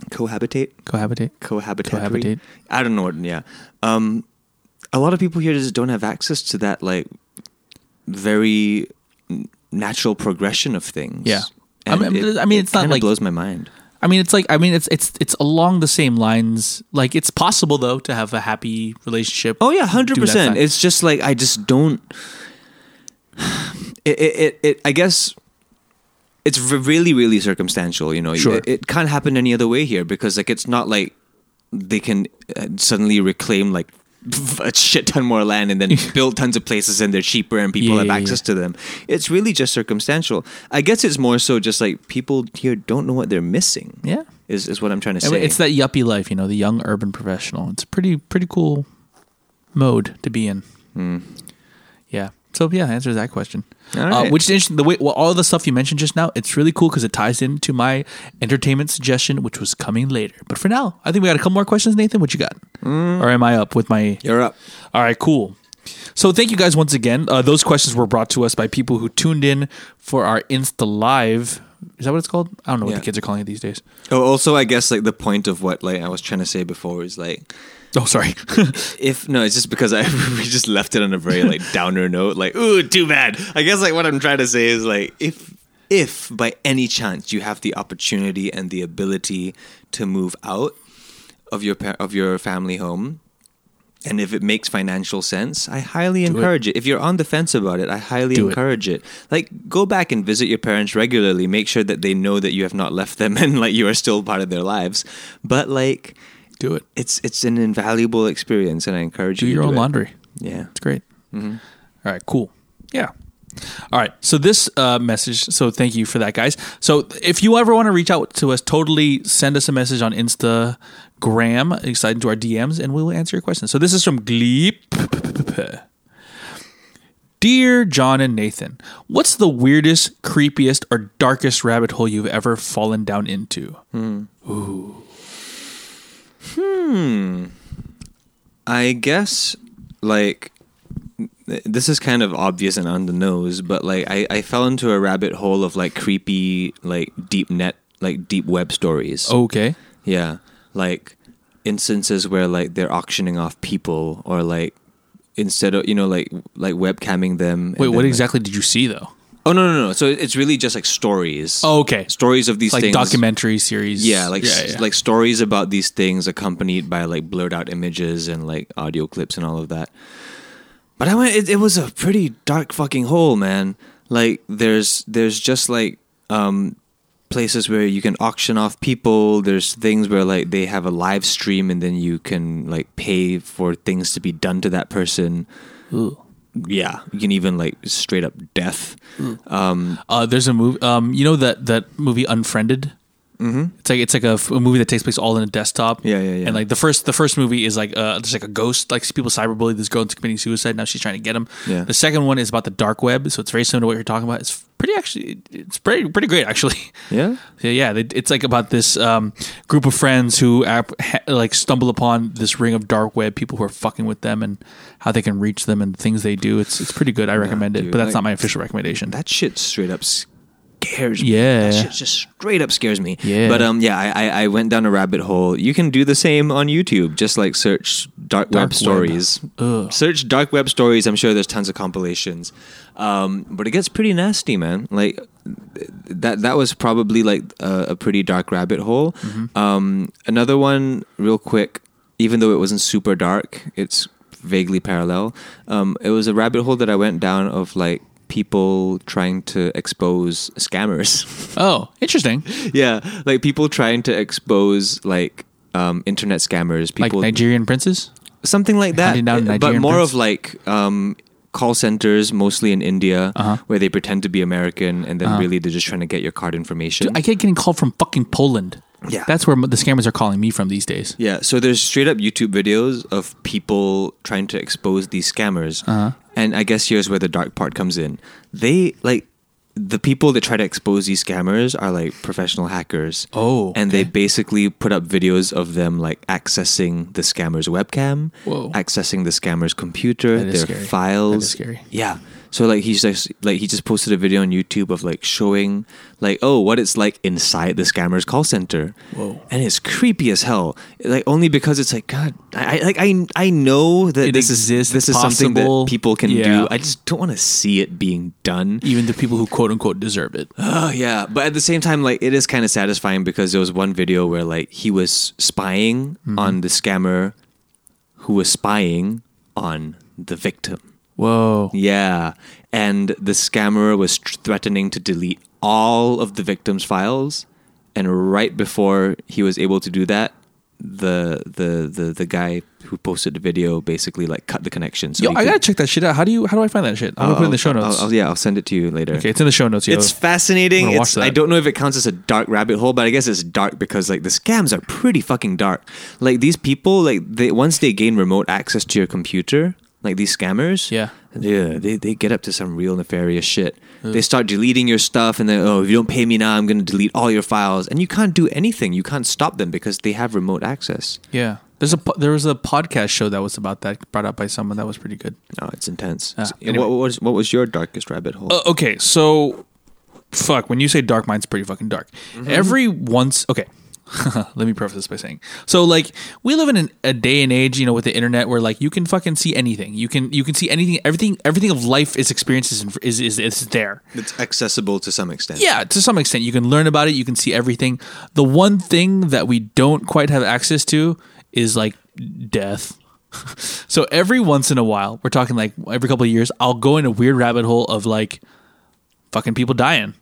Cohabitate
Cohabitate.
cohabitate.
Cohabitate.
I don't know what. Yeah, um, a lot of people here just don't have access to that like very n- natural progression of things.
Yeah. I
And
mean-
it-
I mean,
it
it's not
kinda
like-
blows my mind.
I mean, it's like I mean, it's it's it's along the same lines. Like it's possible though to have a happy relationship.
Oh yeah, hundred
doing that
percent.
fact.
It's just like I just don't. It, it, it, it I guess it's re- really, really circumstantial. You know,
Sure.
it, it can't happen any other way here because like it's not like they can uh, suddenly reclaim like a shit ton more land and then build tons of places and they're cheaper and people
Yeah,
have
yeah,
access to them. It's really just circumstantial. I guess it's more so just like people here don't know what they're missing.
Yeah.
is is what I'm trying to
I
say.
mean, it's that yuppie life, you know, the young urban professional. It's a pretty pretty cool mode to be in. Yeah. So yeah, answers that question.
Hmm. All
Uh,
right.
which is interesting. The way well, all the stuff you mentioned just now, it's really cool because it ties into my entertainment suggestion, which was coming later. But
Mm.
for now, I think we got a couple more questions, Nathan. What you got? Or am I up with my
You're up.
all right, cool. So thank you guys once again. Uh, those questions were brought to us by people who tuned in for our Insta Live. Is that what it's called? I don't know
Yeah.
what the kids are calling it these days.
Oh, also, I guess like the point of what like I was trying to say before is like
Oh, sorry.
if no, it's just because I we just left it on a very like downer note. Like, ooh, too bad. I guess like what I'm trying to say is like if if by any chance you have the opportunity and the ability to move out of your pa- of your family home. And if it makes financial sense, I highly encourage it. If you're on the fence about it, I highly
Do it.
encourage it. Like, go back and visit your parents regularly. Make sure that they know that you have not left them and like you are still part of their lives. But like,
Do it.
it's it's an invaluable experience, and I encourage
Do
you.
your
to
own
do it.
laundry.
Yeah.
It's great.
Mm-hmm.
All right, cool. Yeah. All right. So this uh, message. So thank you for that, guys. So if you ever want to reach out to us, totally send us a message on Instagram, excited to our DMs, and we will answer your questions. So this is from Gleep. Dear John and Nathan, what's the weirdest, creepiest, or darkest rabbit hole you've ever fallen down into?
Hmm. I guess like th- this is kind of obvious and on the nose, but like I, I fell into a rabbit hole of like creepy like deep net like deep web stories.
Okay.
Yeah. Like instances where like they're auctioning off people or like instead of you know like like webcamming them. and
Wait,
then,
what
like-
exactly did you see though?
Oh no no no. So it's really just like stories.
Oh, okay.
Stories of these
Like
things.
documentary series.
yeah like s-
yeah.
like stories about these things accompanied by like blurred out images and like audio clips and all of that but i went it, it was a pretty dark fucking hole man like there's there's just like um places where you can auction off people there's things where like they have a live stream and then you can like pay for things to be done to that person yeah you can even like straight up death um
Uh, there's a movie. Um, you know that that movie Unfriended. Mm-hmm. It's like it's like a, f- a movie that takes place all in a desktop.
Yeah, yeah, yeah.
And like the first the first movie is like uh, there's like a ghost. Like people cyberbully this girl into committing suicide. Now she's trying to get him.
Yeah.
The second one is about the dark web, so it's very similar to what you're talking about. It's pretty actually. It's pretty pretty great actually.
yeah
Yeah, yeah, they, it's like about this um, group of friends who app, ha, like stumble upon this ring of dark web people who are fucking with them and how they can reach them and the things they do. It's it's pretty good. I recommend it,
dude,
but that's
like-
not my official recommendation.
that shit straight up scares me.
Yeah.
that shit just straight up scares me.
Yeah.
but um, yeah, I, I I went down a rabbit hole. You can do the same on YouTube. Just like search
Dark
dark, web
web.
stories. Search dark web stories. I'm sure there's tons of compilations. Um, but it gets pretty nasty, man. Like th- that that was probably like a, a pretty dark rabbit hole.
Mm-hmm.
Um, another one, real quick. Even though it wasn't super dark, it's vaguely parallel. Um, it was a rabbit hole that I went down of like people trying to expose scammers.
Oh, interesting.
yeah, like people trying to expose like um, internet scammers,
like
people
Nigerian princes.
something like that.
Hunting down
but
Nigerian
more
prince?
of like um, call centers, mostly in India,
Uh-huh.
where they pretend to be American and then really they're just trying to get your card information.
I keep getting called from fucking Poland.
Yeah.
that's where the scammers are calling me from these days.
yeah, so there's straight up YouTube videos of people trying to expose these scammers.
Uh-huh.
And I guess here's where the dark part comes in. They like the people that try to expose these scammers are like professional hackers.
Oh,
and they basically put up videos of them like accessing the scammer's webcam,
Whoa.
accessing the scammer's computer,
That is
their
scary. That is
files.
scary.
Yeah. So like he's just like he just posted a video on YouTube of like showing like oh what it's like inside the scammer's call center. Whoa. And it's creepy as hell. Like only because it's like God, I I- like I I know that
It
this
exists,
is this
it's
is something
possible.
that people can
Yeah.
do. I just don't want to see it being done.
Even the people who quote unquote deserve it.
Oh yeah, but at the same time, like it is kind of satisfying because there was one video where like he was spying
Mm-hmm.
on the scammer, who was spying on the victim.
Whoa.
Yeah, and the scammer was tr- threatening to delete all of the victim's files, and right before he was able to do that, the the the the guy who posted the video basically like cut the connection. So
Yo,
he
I
could-
gotta check that shit out. How do you? How do I find that shit? I'm gonna put it in the show notes.
I'll- I'll- yeah, I'll send it to you later.
okay, it's in the show notes. Yo.
It's fascinating.
I'm gonna watch
It's, I
that.
don't know if it counts as a dark rabbit hole, but I guess it's dark because like the scams are pretty fucking dark. Like these people, like they once they gain remote access to your computer, like these scammers,
Yeah.
yeah, they they get up to some real nefarious shit. They start deleting your stuff, and then oh, if you don't pay me now, I'm gonna delete all your files, and you can't do anything. You can't stop them because they have remote access.
yeah. There's a po- there was a podcast show that was about that brought up by someone that was pretty good.
No, it's intense.
Ah,
So,
anyway.
what, what was what was your darkest rabbit hole?
Uh, okay, so fuck. When you say dark, mine's pretty fucking dark. Every once, okay. Let me preface this by saying, so like we live in an, a day and age, you know, with the internet, where like you can fucking see anything. You can you can see anything. Everything everything of life is experiences and is is is there.
it's accessible to some extent.
Yeah, to some extent, you can learn about it. You can see everything. The one thing that we don't quite have access to is like death. so every once in a while, we're talking like every couple of years, I'll go in a weird rabbit hole of like fucking people dying.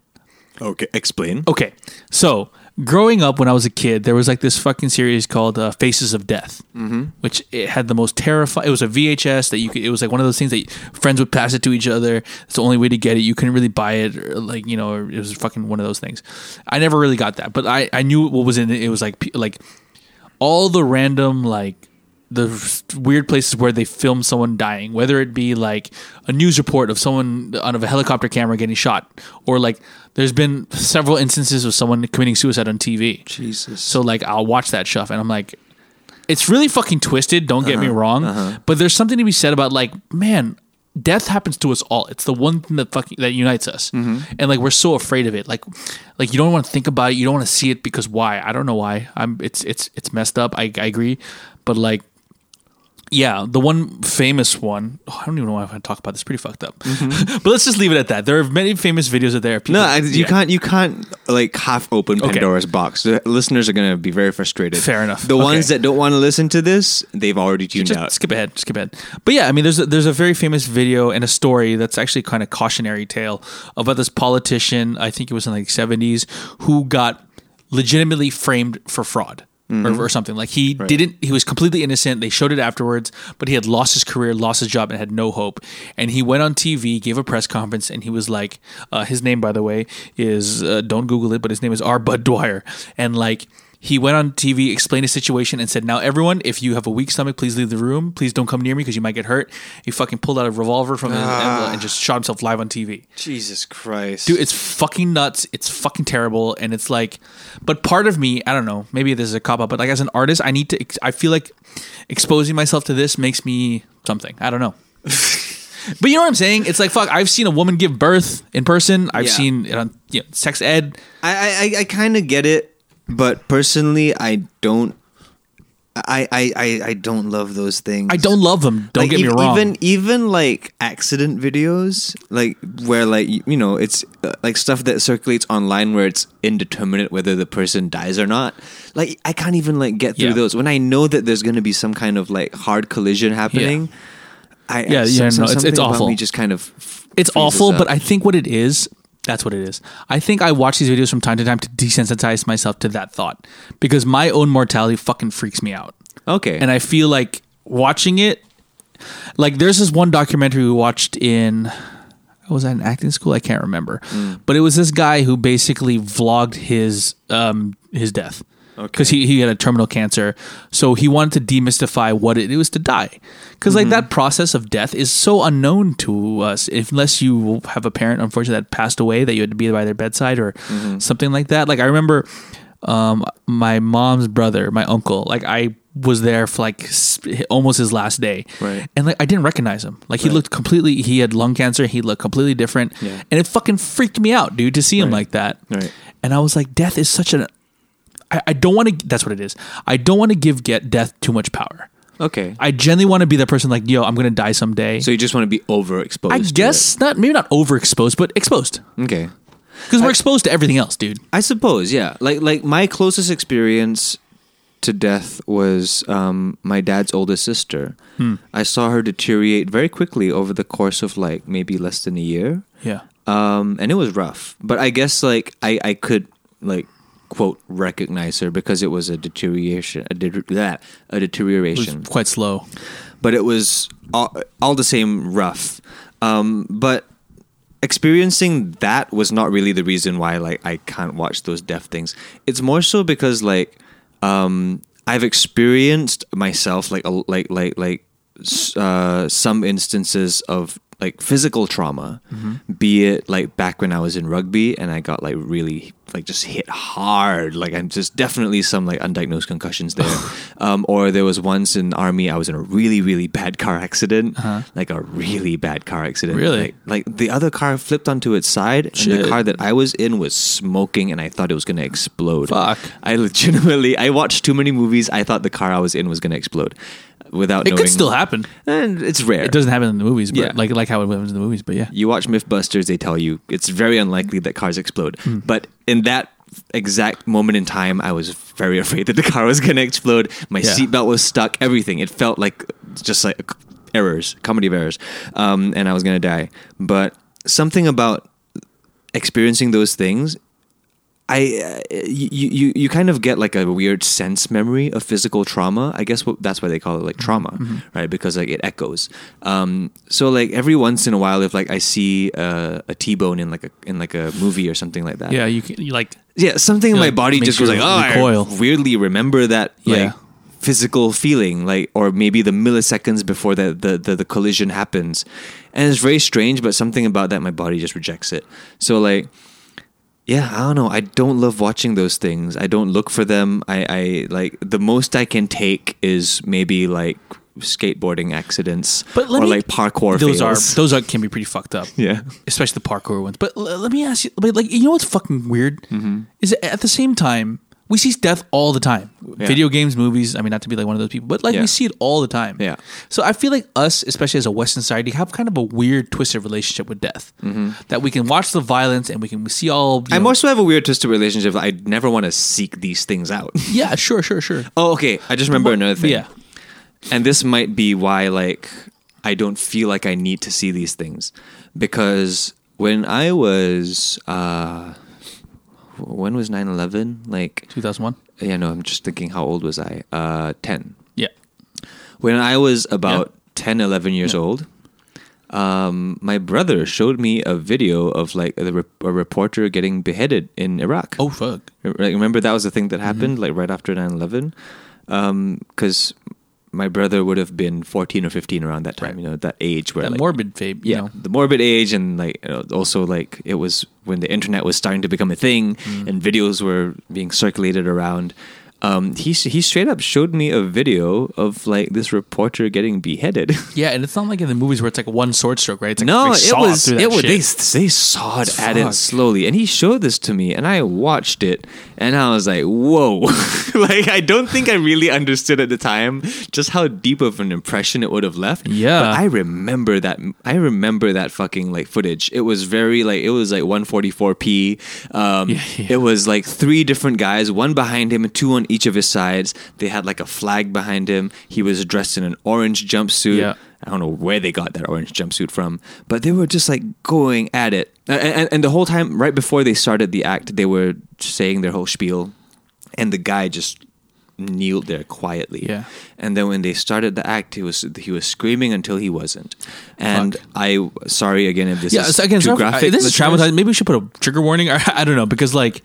Okay, explain.
Okay, so growing up when I was a kid, there was like this fucking series called uh, Faces of Death, mm-hmm. which it had the most terrifying. It was a VHS that you could. It was like one of those things that friends would pass it to each other. It's the only way to get it. You couldn't really buy it, or like you know, it was fucking one of those things. I never really got that, but I I knew what was in it. It was like pe- like all the random like the f- weird places where they film someone dying, whether it be like a news report of someone out of a helicopter camera getting shot, or like there's been several instances of someone committing suicide on TV.
Jesus.
So like I'll watch that stuff and I'm like, it's really fucking twisted. Don't get me
Uh-huh.
wrong, but there's something to be said about like, man, death happens to us all. It's the one thing that fucking that unites us,
Mm-hmm.
and like we're so afraid of it. Like, like you don't want to think about it. You don't want to see it because why? I don't know why. I'm. It's it's it's messed up. I I agree, but like. Yeah, the one famous one. oh, I don't even know why I want to talk about this. Pretty fucked up, but let's just leave it at that. There are many famous videos out there. of
Mm-hmm. No,
people-
I, you
Yeah.
can't. You can't like half open
Okay.
Pandora's box. The listeners are gonna be very frustrated.
Fair enough.
The
Okay.
ones that don't want to listen to this, they've already tuned
just
out.
skip ahead, skip ahead. But yeah, I mean, there's a, there's a very famous video and a story that's actually kind of cautionary tale about this politician. I think it was in like 70s who got legitimately framed for fraud. Or, or something like he didn't he was completely innocent they showed it afterwards but he had lost his career lost his job and had no hope and he went on tv gave a press conference and he was like uh, his name by the way is uh, don't google it but his name is r bud dwyer and like he went on TV, explained his situation, and said, "Now, everyone, if you have a weak stomach, please leave the room. Please don't come near me because you might get hurt." He fucking pulled out a revolver from his
Ah.
emblem and just shot himself live on TV.
Jesus Christ,
Dude, it's fucking nuts. It's fucking terrible, and it's like, but part of me, I don't know. Maybe this is a cop out, but like as an artist, I need to. ex- I feel like exposing myself to this makes me something. I don't know. But you know what I'm saying? It's like fuck. I've seen a woman give birth in person. I've
Yeah.
seen it on you know, sex ed.
I I, I kind of get it, but personally, I don't. I I I, I don't love those things.
I don't love them. Don't
Like,
get
ev-
me wrong.
Even even like accident videos, like where like y- you know it's uh, like stuff that circulates online where it's indeterminate whether the person dies or not. Like I can't even like get through
Yeah.
those when I know that there's going to be some kind of like hard collision happening. I
Yeah, yeah, no, it's- it's
something about
awful.
Me just kind of f-
It's
freezes
awful,
up.
but I think what it is, that's what it is. I think I watch these videos from time to time to desensitize myself to that thought because my own mortality fucking freaks me out.
okay,
And I feel like watching it, like there's this one documentary we watched in, was I in acting school? I can't remember. But it was this guy who basically vlogged his, um, his death. Because he, he had a terminal cancer. So he wanted to demystify what it, was to die. Because, like, that process of death is so unknown to us, if, unless you have a parent, unfortunately, that passed away that you had to be by their bedside or something like that. Like, I remember um, my mom's brother, my uncle, like, I was there for like s- almost his last day.
Right.
And, like, I didn't recognize him. Like, he looked completely, he had lung cancer. He looked completely different.
Yeah.
And it fucking freaked me out, dude, to see him like that.
Right.
And I was like, death is such an I, I don't want to. That's what it is. I don't want to give get death too much power.
okay.
I generally want to be that person like, yo, I'm gonna die someday.
so you just want to be overexposed.
I
to it.
guess not. Maybe not overexposed, but exposed
okay.
because we're exposed to everything else, dude.
I suppose, yeah. Like like my closest experience to death was um, my dad's oldest sister.
Hmm.
I saw her deteriorate very quickly over the course of like maybe less than a year.
Yeah.
Um, and it was rough. But I guess like I, I could like quote recognize her because it was a deterioration a, de- that a
It
deterioration
was quite slow.
but it was all, all the same rough. Um, but experiencing that was not really the reason why like I can't watch those deaf things. It's more so because like um, I've experienced myself like a, like like like s- uh, some instances of like physical trauma, be it like back when I was in rugby and I got like really like just hit hard. Like I'm just definitely some like undiagnosed concussions there. um, or there was once in army I was in a really really bad car accident, like a really bad car accident.
Really?
Like, like the other car flipped onto its side, and
Shit.
the car that I was in was smoking, and I thought it was gonna explode.
Fuck.
I legitimately I watched too many movies. I thought the car I was in was gonna explode, without
It
knowing.
could still happen.
And it's rare.
It doesn't happen in the movies, but
Yeah.
like like how it happens in the movies. But yeah,
You watch MythBusters, they tell you it's very unlikely that cars explode. But in that exact moment in time, I was very afraid that the car was going to explode. My
Yeah.
seatbelt was stuck. Everything. It felt like just like errors, comedy of errors, um, and I was going to die. But something about experiencing those things I uh, you, you you kind of get like a weird sense memory of physical trauma. I guess what, that's why they call it like trauma, right? Because like it echoes. Um, so like every once in a while, if like I see uh, a T bone in like a in like a movie or something like that,
yeah. You can you like
yeah, something in
Yeah,
my body
makes
just goes
you
like, oh,
recoil."
I weirdly remember that like
Yeah.
physical feeling, like or maybe the milliseconds before the, the the the collision happens, and it's very strange, but something about that my body just rejects it. So like, yeah, I don't know. I don't love watching those things. I don't look for them. I I like the most I can take is maybe like skateboarding accidents,
but let
or
me,
like parkour.
Those
fails.
are those are can be pretty fucked up.
yeah.
especially the parkour ones. But l- let me ask you, but like, you know what's fucking weird
Mm-hmm.
is at the same time we see death all the time,
Yeah.
video games, movies. I mean, not to be like one of those people, but like
Yeah.
we see it all the time.
Yeah.
So I feel like us, especially as a Western society, have kind of a weird, twisted relationship with death
Mm-hmm.
that we can watch the violence and we can see all. you
I
know-
also have a weird twisted relationship. I never want to seek these things out.
yeah, sure, sure, sure.
Oh, okay. I just remember another thing.
Yeah.
And this might be why, like, I don't feel like I need to see these things. Because when I was, uh, when was 9 11? Like,
2001.
yeah, no, I'm just thinking, how old was I? Uh, 10.
Yeah.
When I was about ten, eleven 10, 11 years old, um, my brother showed me a video of like a, re- a reporter getting beheaded in Iraq.
Oh fuck.
Like, remember that was the thing that
Mm-hmm.
happened like right after 9-11 because my brother would have been 14 or 15 around that time you know that age where
That
like,
morbid fabe.
yeah
You know?
the morbid age and like you know, also like it was when the internet was starting to become a thing
Mm-hmm.
and videos were being circulated around um, he he straight up showed me a video of like this reporter getting beheaded.
Yeah, and it's not like in the movies where it's like one sword stroke, right? It's like
no,
they
it
saw
was
through that
it was
shit.
they they sawed at
Fuck.
it slowly, and he showed this to me, and I watched it, and I was like, whoa, like I don't think I really understood at the time just how deep of an impression it would have left.
Yeah.
but I remember that I remember that fucking like footage. It was very like it was like 144p. Um, It was like three different guys, one behind him and two on each of his sides. They had like a flag behind him. He was dressed in an orange jumpsuit.
Yeah.
I don't know where they got that orange jumpsuit from, but they were just like going at it. And, and, and the whole time, right before they started the act, they were saying their whole spiel, and the guy just kneeled there quietly.
Yeah.
And then when they started the act, he was he was screaming until he wasn't. And I sorry again if this
yeah,
is
so again, so I-
too
uh,
graphic.
this is
listeners.
traumatizing. Maybe we should put a trigger warning, or I don't know, because like,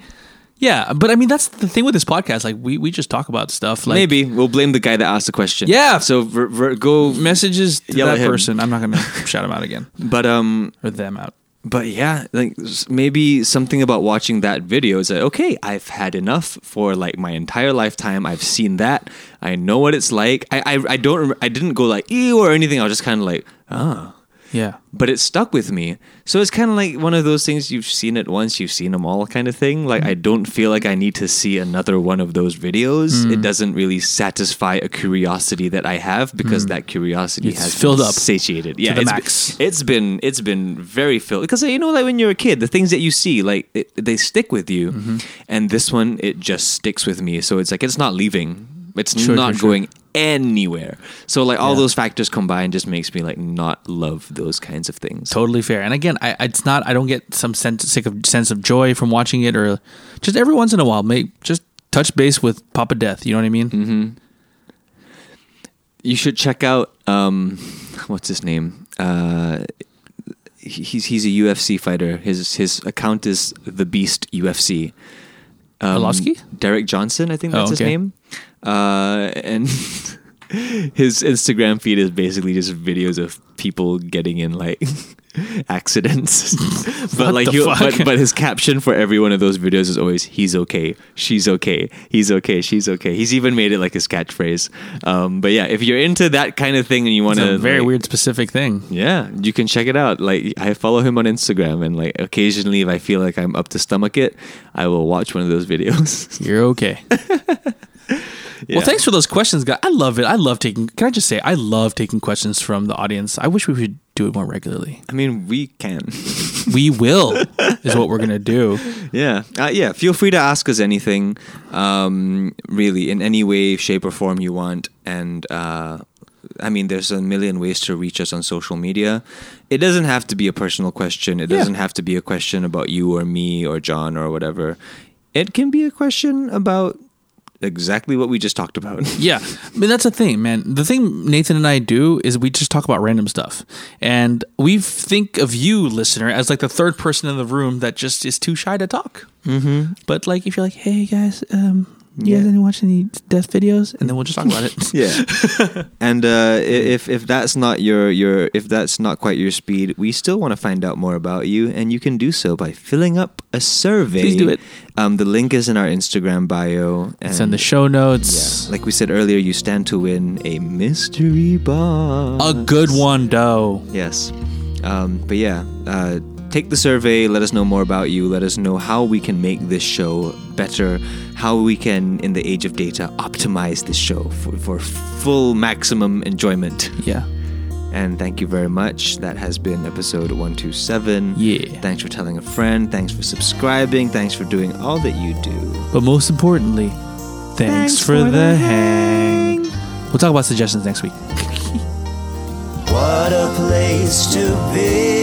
yeah, but I mean, that's the thing with this podcast. Like, we we just talk about stuff. Like,
Maybe we'll blame the guy that asked the question.
Yeah.
So ver, ver, go
messages to
Yell at
that
him.
person. I'm not gonna shout them out again
But um,
or them out.
but yeah, like s- maybe something about watching that video is like, okay, I've had enough for like my entire lifetime. I've seen that. I know what it's like. I I, I don't. rem- I didn't go like ew or anything. I was just kind of like ah.
Yeah,
but it stuck with me. So it's kind of like one of those things you've seen it once, you've seen them all kind of thing. Like I don't feel like I need to see another one of those videos.
Mm.
It doesn't really satisfy a curiosity that I have because that curiosity
Mm. It's
has
filled
been
up
satiated. Yeah,
the
it's-
max.
it's been it's been very filled because you know like when you're a kid, the things that you see like it, they stick with you,
Mm-hmm.
and this one it just sticks with me. So it's like it's not leaving. It's
Sure,
not
sure, sure.
going anywhere. So like all
Yeah.
those factors combined just makes me like not love those kinds of things.
totally fair. And again, I it's not. I don't get some sense sick of sense of joy from watching it, or just every once in a while, make just touch base with Papa Death. You know what I mean?
Mm-hmm. You should check out um what's his name? Uh he- he's he's a UFC fighter. His his account is The Beast UFC. Um,
Arlovski?
Derek Johnson, I think that's
Oh,
his
okay.
name. Uh and his Instagram feed is basically just videos of people getting in like accidents. but like
the
he,
fuck?
but but his caption for every one of those videos is always he's okay, she's okay, he's okay, she's okay. He's even made it like his catchphrase. Um but yeah, if you're into that kind of thing and you want
It's
to
a very weird specific thing.
yeah, you can check it out. Like I follow him on Instagram, and like occasionally, if I feel like I'm up to stomach it, I will watch one of those videos.
You're okay.
Yeah.
Well, thanks for those questions, guys. I love it. I love taking. Can I just say, I love taking questions from the audience. I wish we would do it more regularly.
I mean, we can.
We will, is what we're gonna do.
yeah, uh, yeah. Feel free to ask us anything, um, really, in any way, shape, or form you want. And uh, I mean, there's a million ways to reach us on social media. It doesn't have to be a personal question. It
Yeah.
doesn't have to be a question about you or me or John or whatever. It can be a question about exactly what we just talked about.
Yeah, I mean that's the thing, man. The thing Nathan and I do is we just talk about random stuff, and we think of you, listener, as like the third person in the room that just is too shy to talk. Mm-hmm. But like, if you're like, hey guys, um, you guys
Yeah.
any watch any death videos? And then we'll just talk about it.
Yeah. and uh, i- if if that's not your your if that's not quite your speed, we still want to find out more about you, and you can do so by filling up a survey.
Please do it.
Um, the link is in our Instagram bio. And
It's in the show notes.
Yeah, like we said earlier, you stand to win a mystery box.
A good one, though.
Yes. Um, but yeah, uh, take the survey. Let us know more about you. Let us know how we can make this show better, how we can, in the age of data, optimize this show for, for full maximum enjoyment.
Yeah.
And thank you very much. That has been episode 127.
Yeah.
Thanks for telling a friend. Thanks for subscribing. Thanks for doing all that you do.
But most importantly, thanks, for, the hang. We'll talk about suggestions next week.
What a place to be.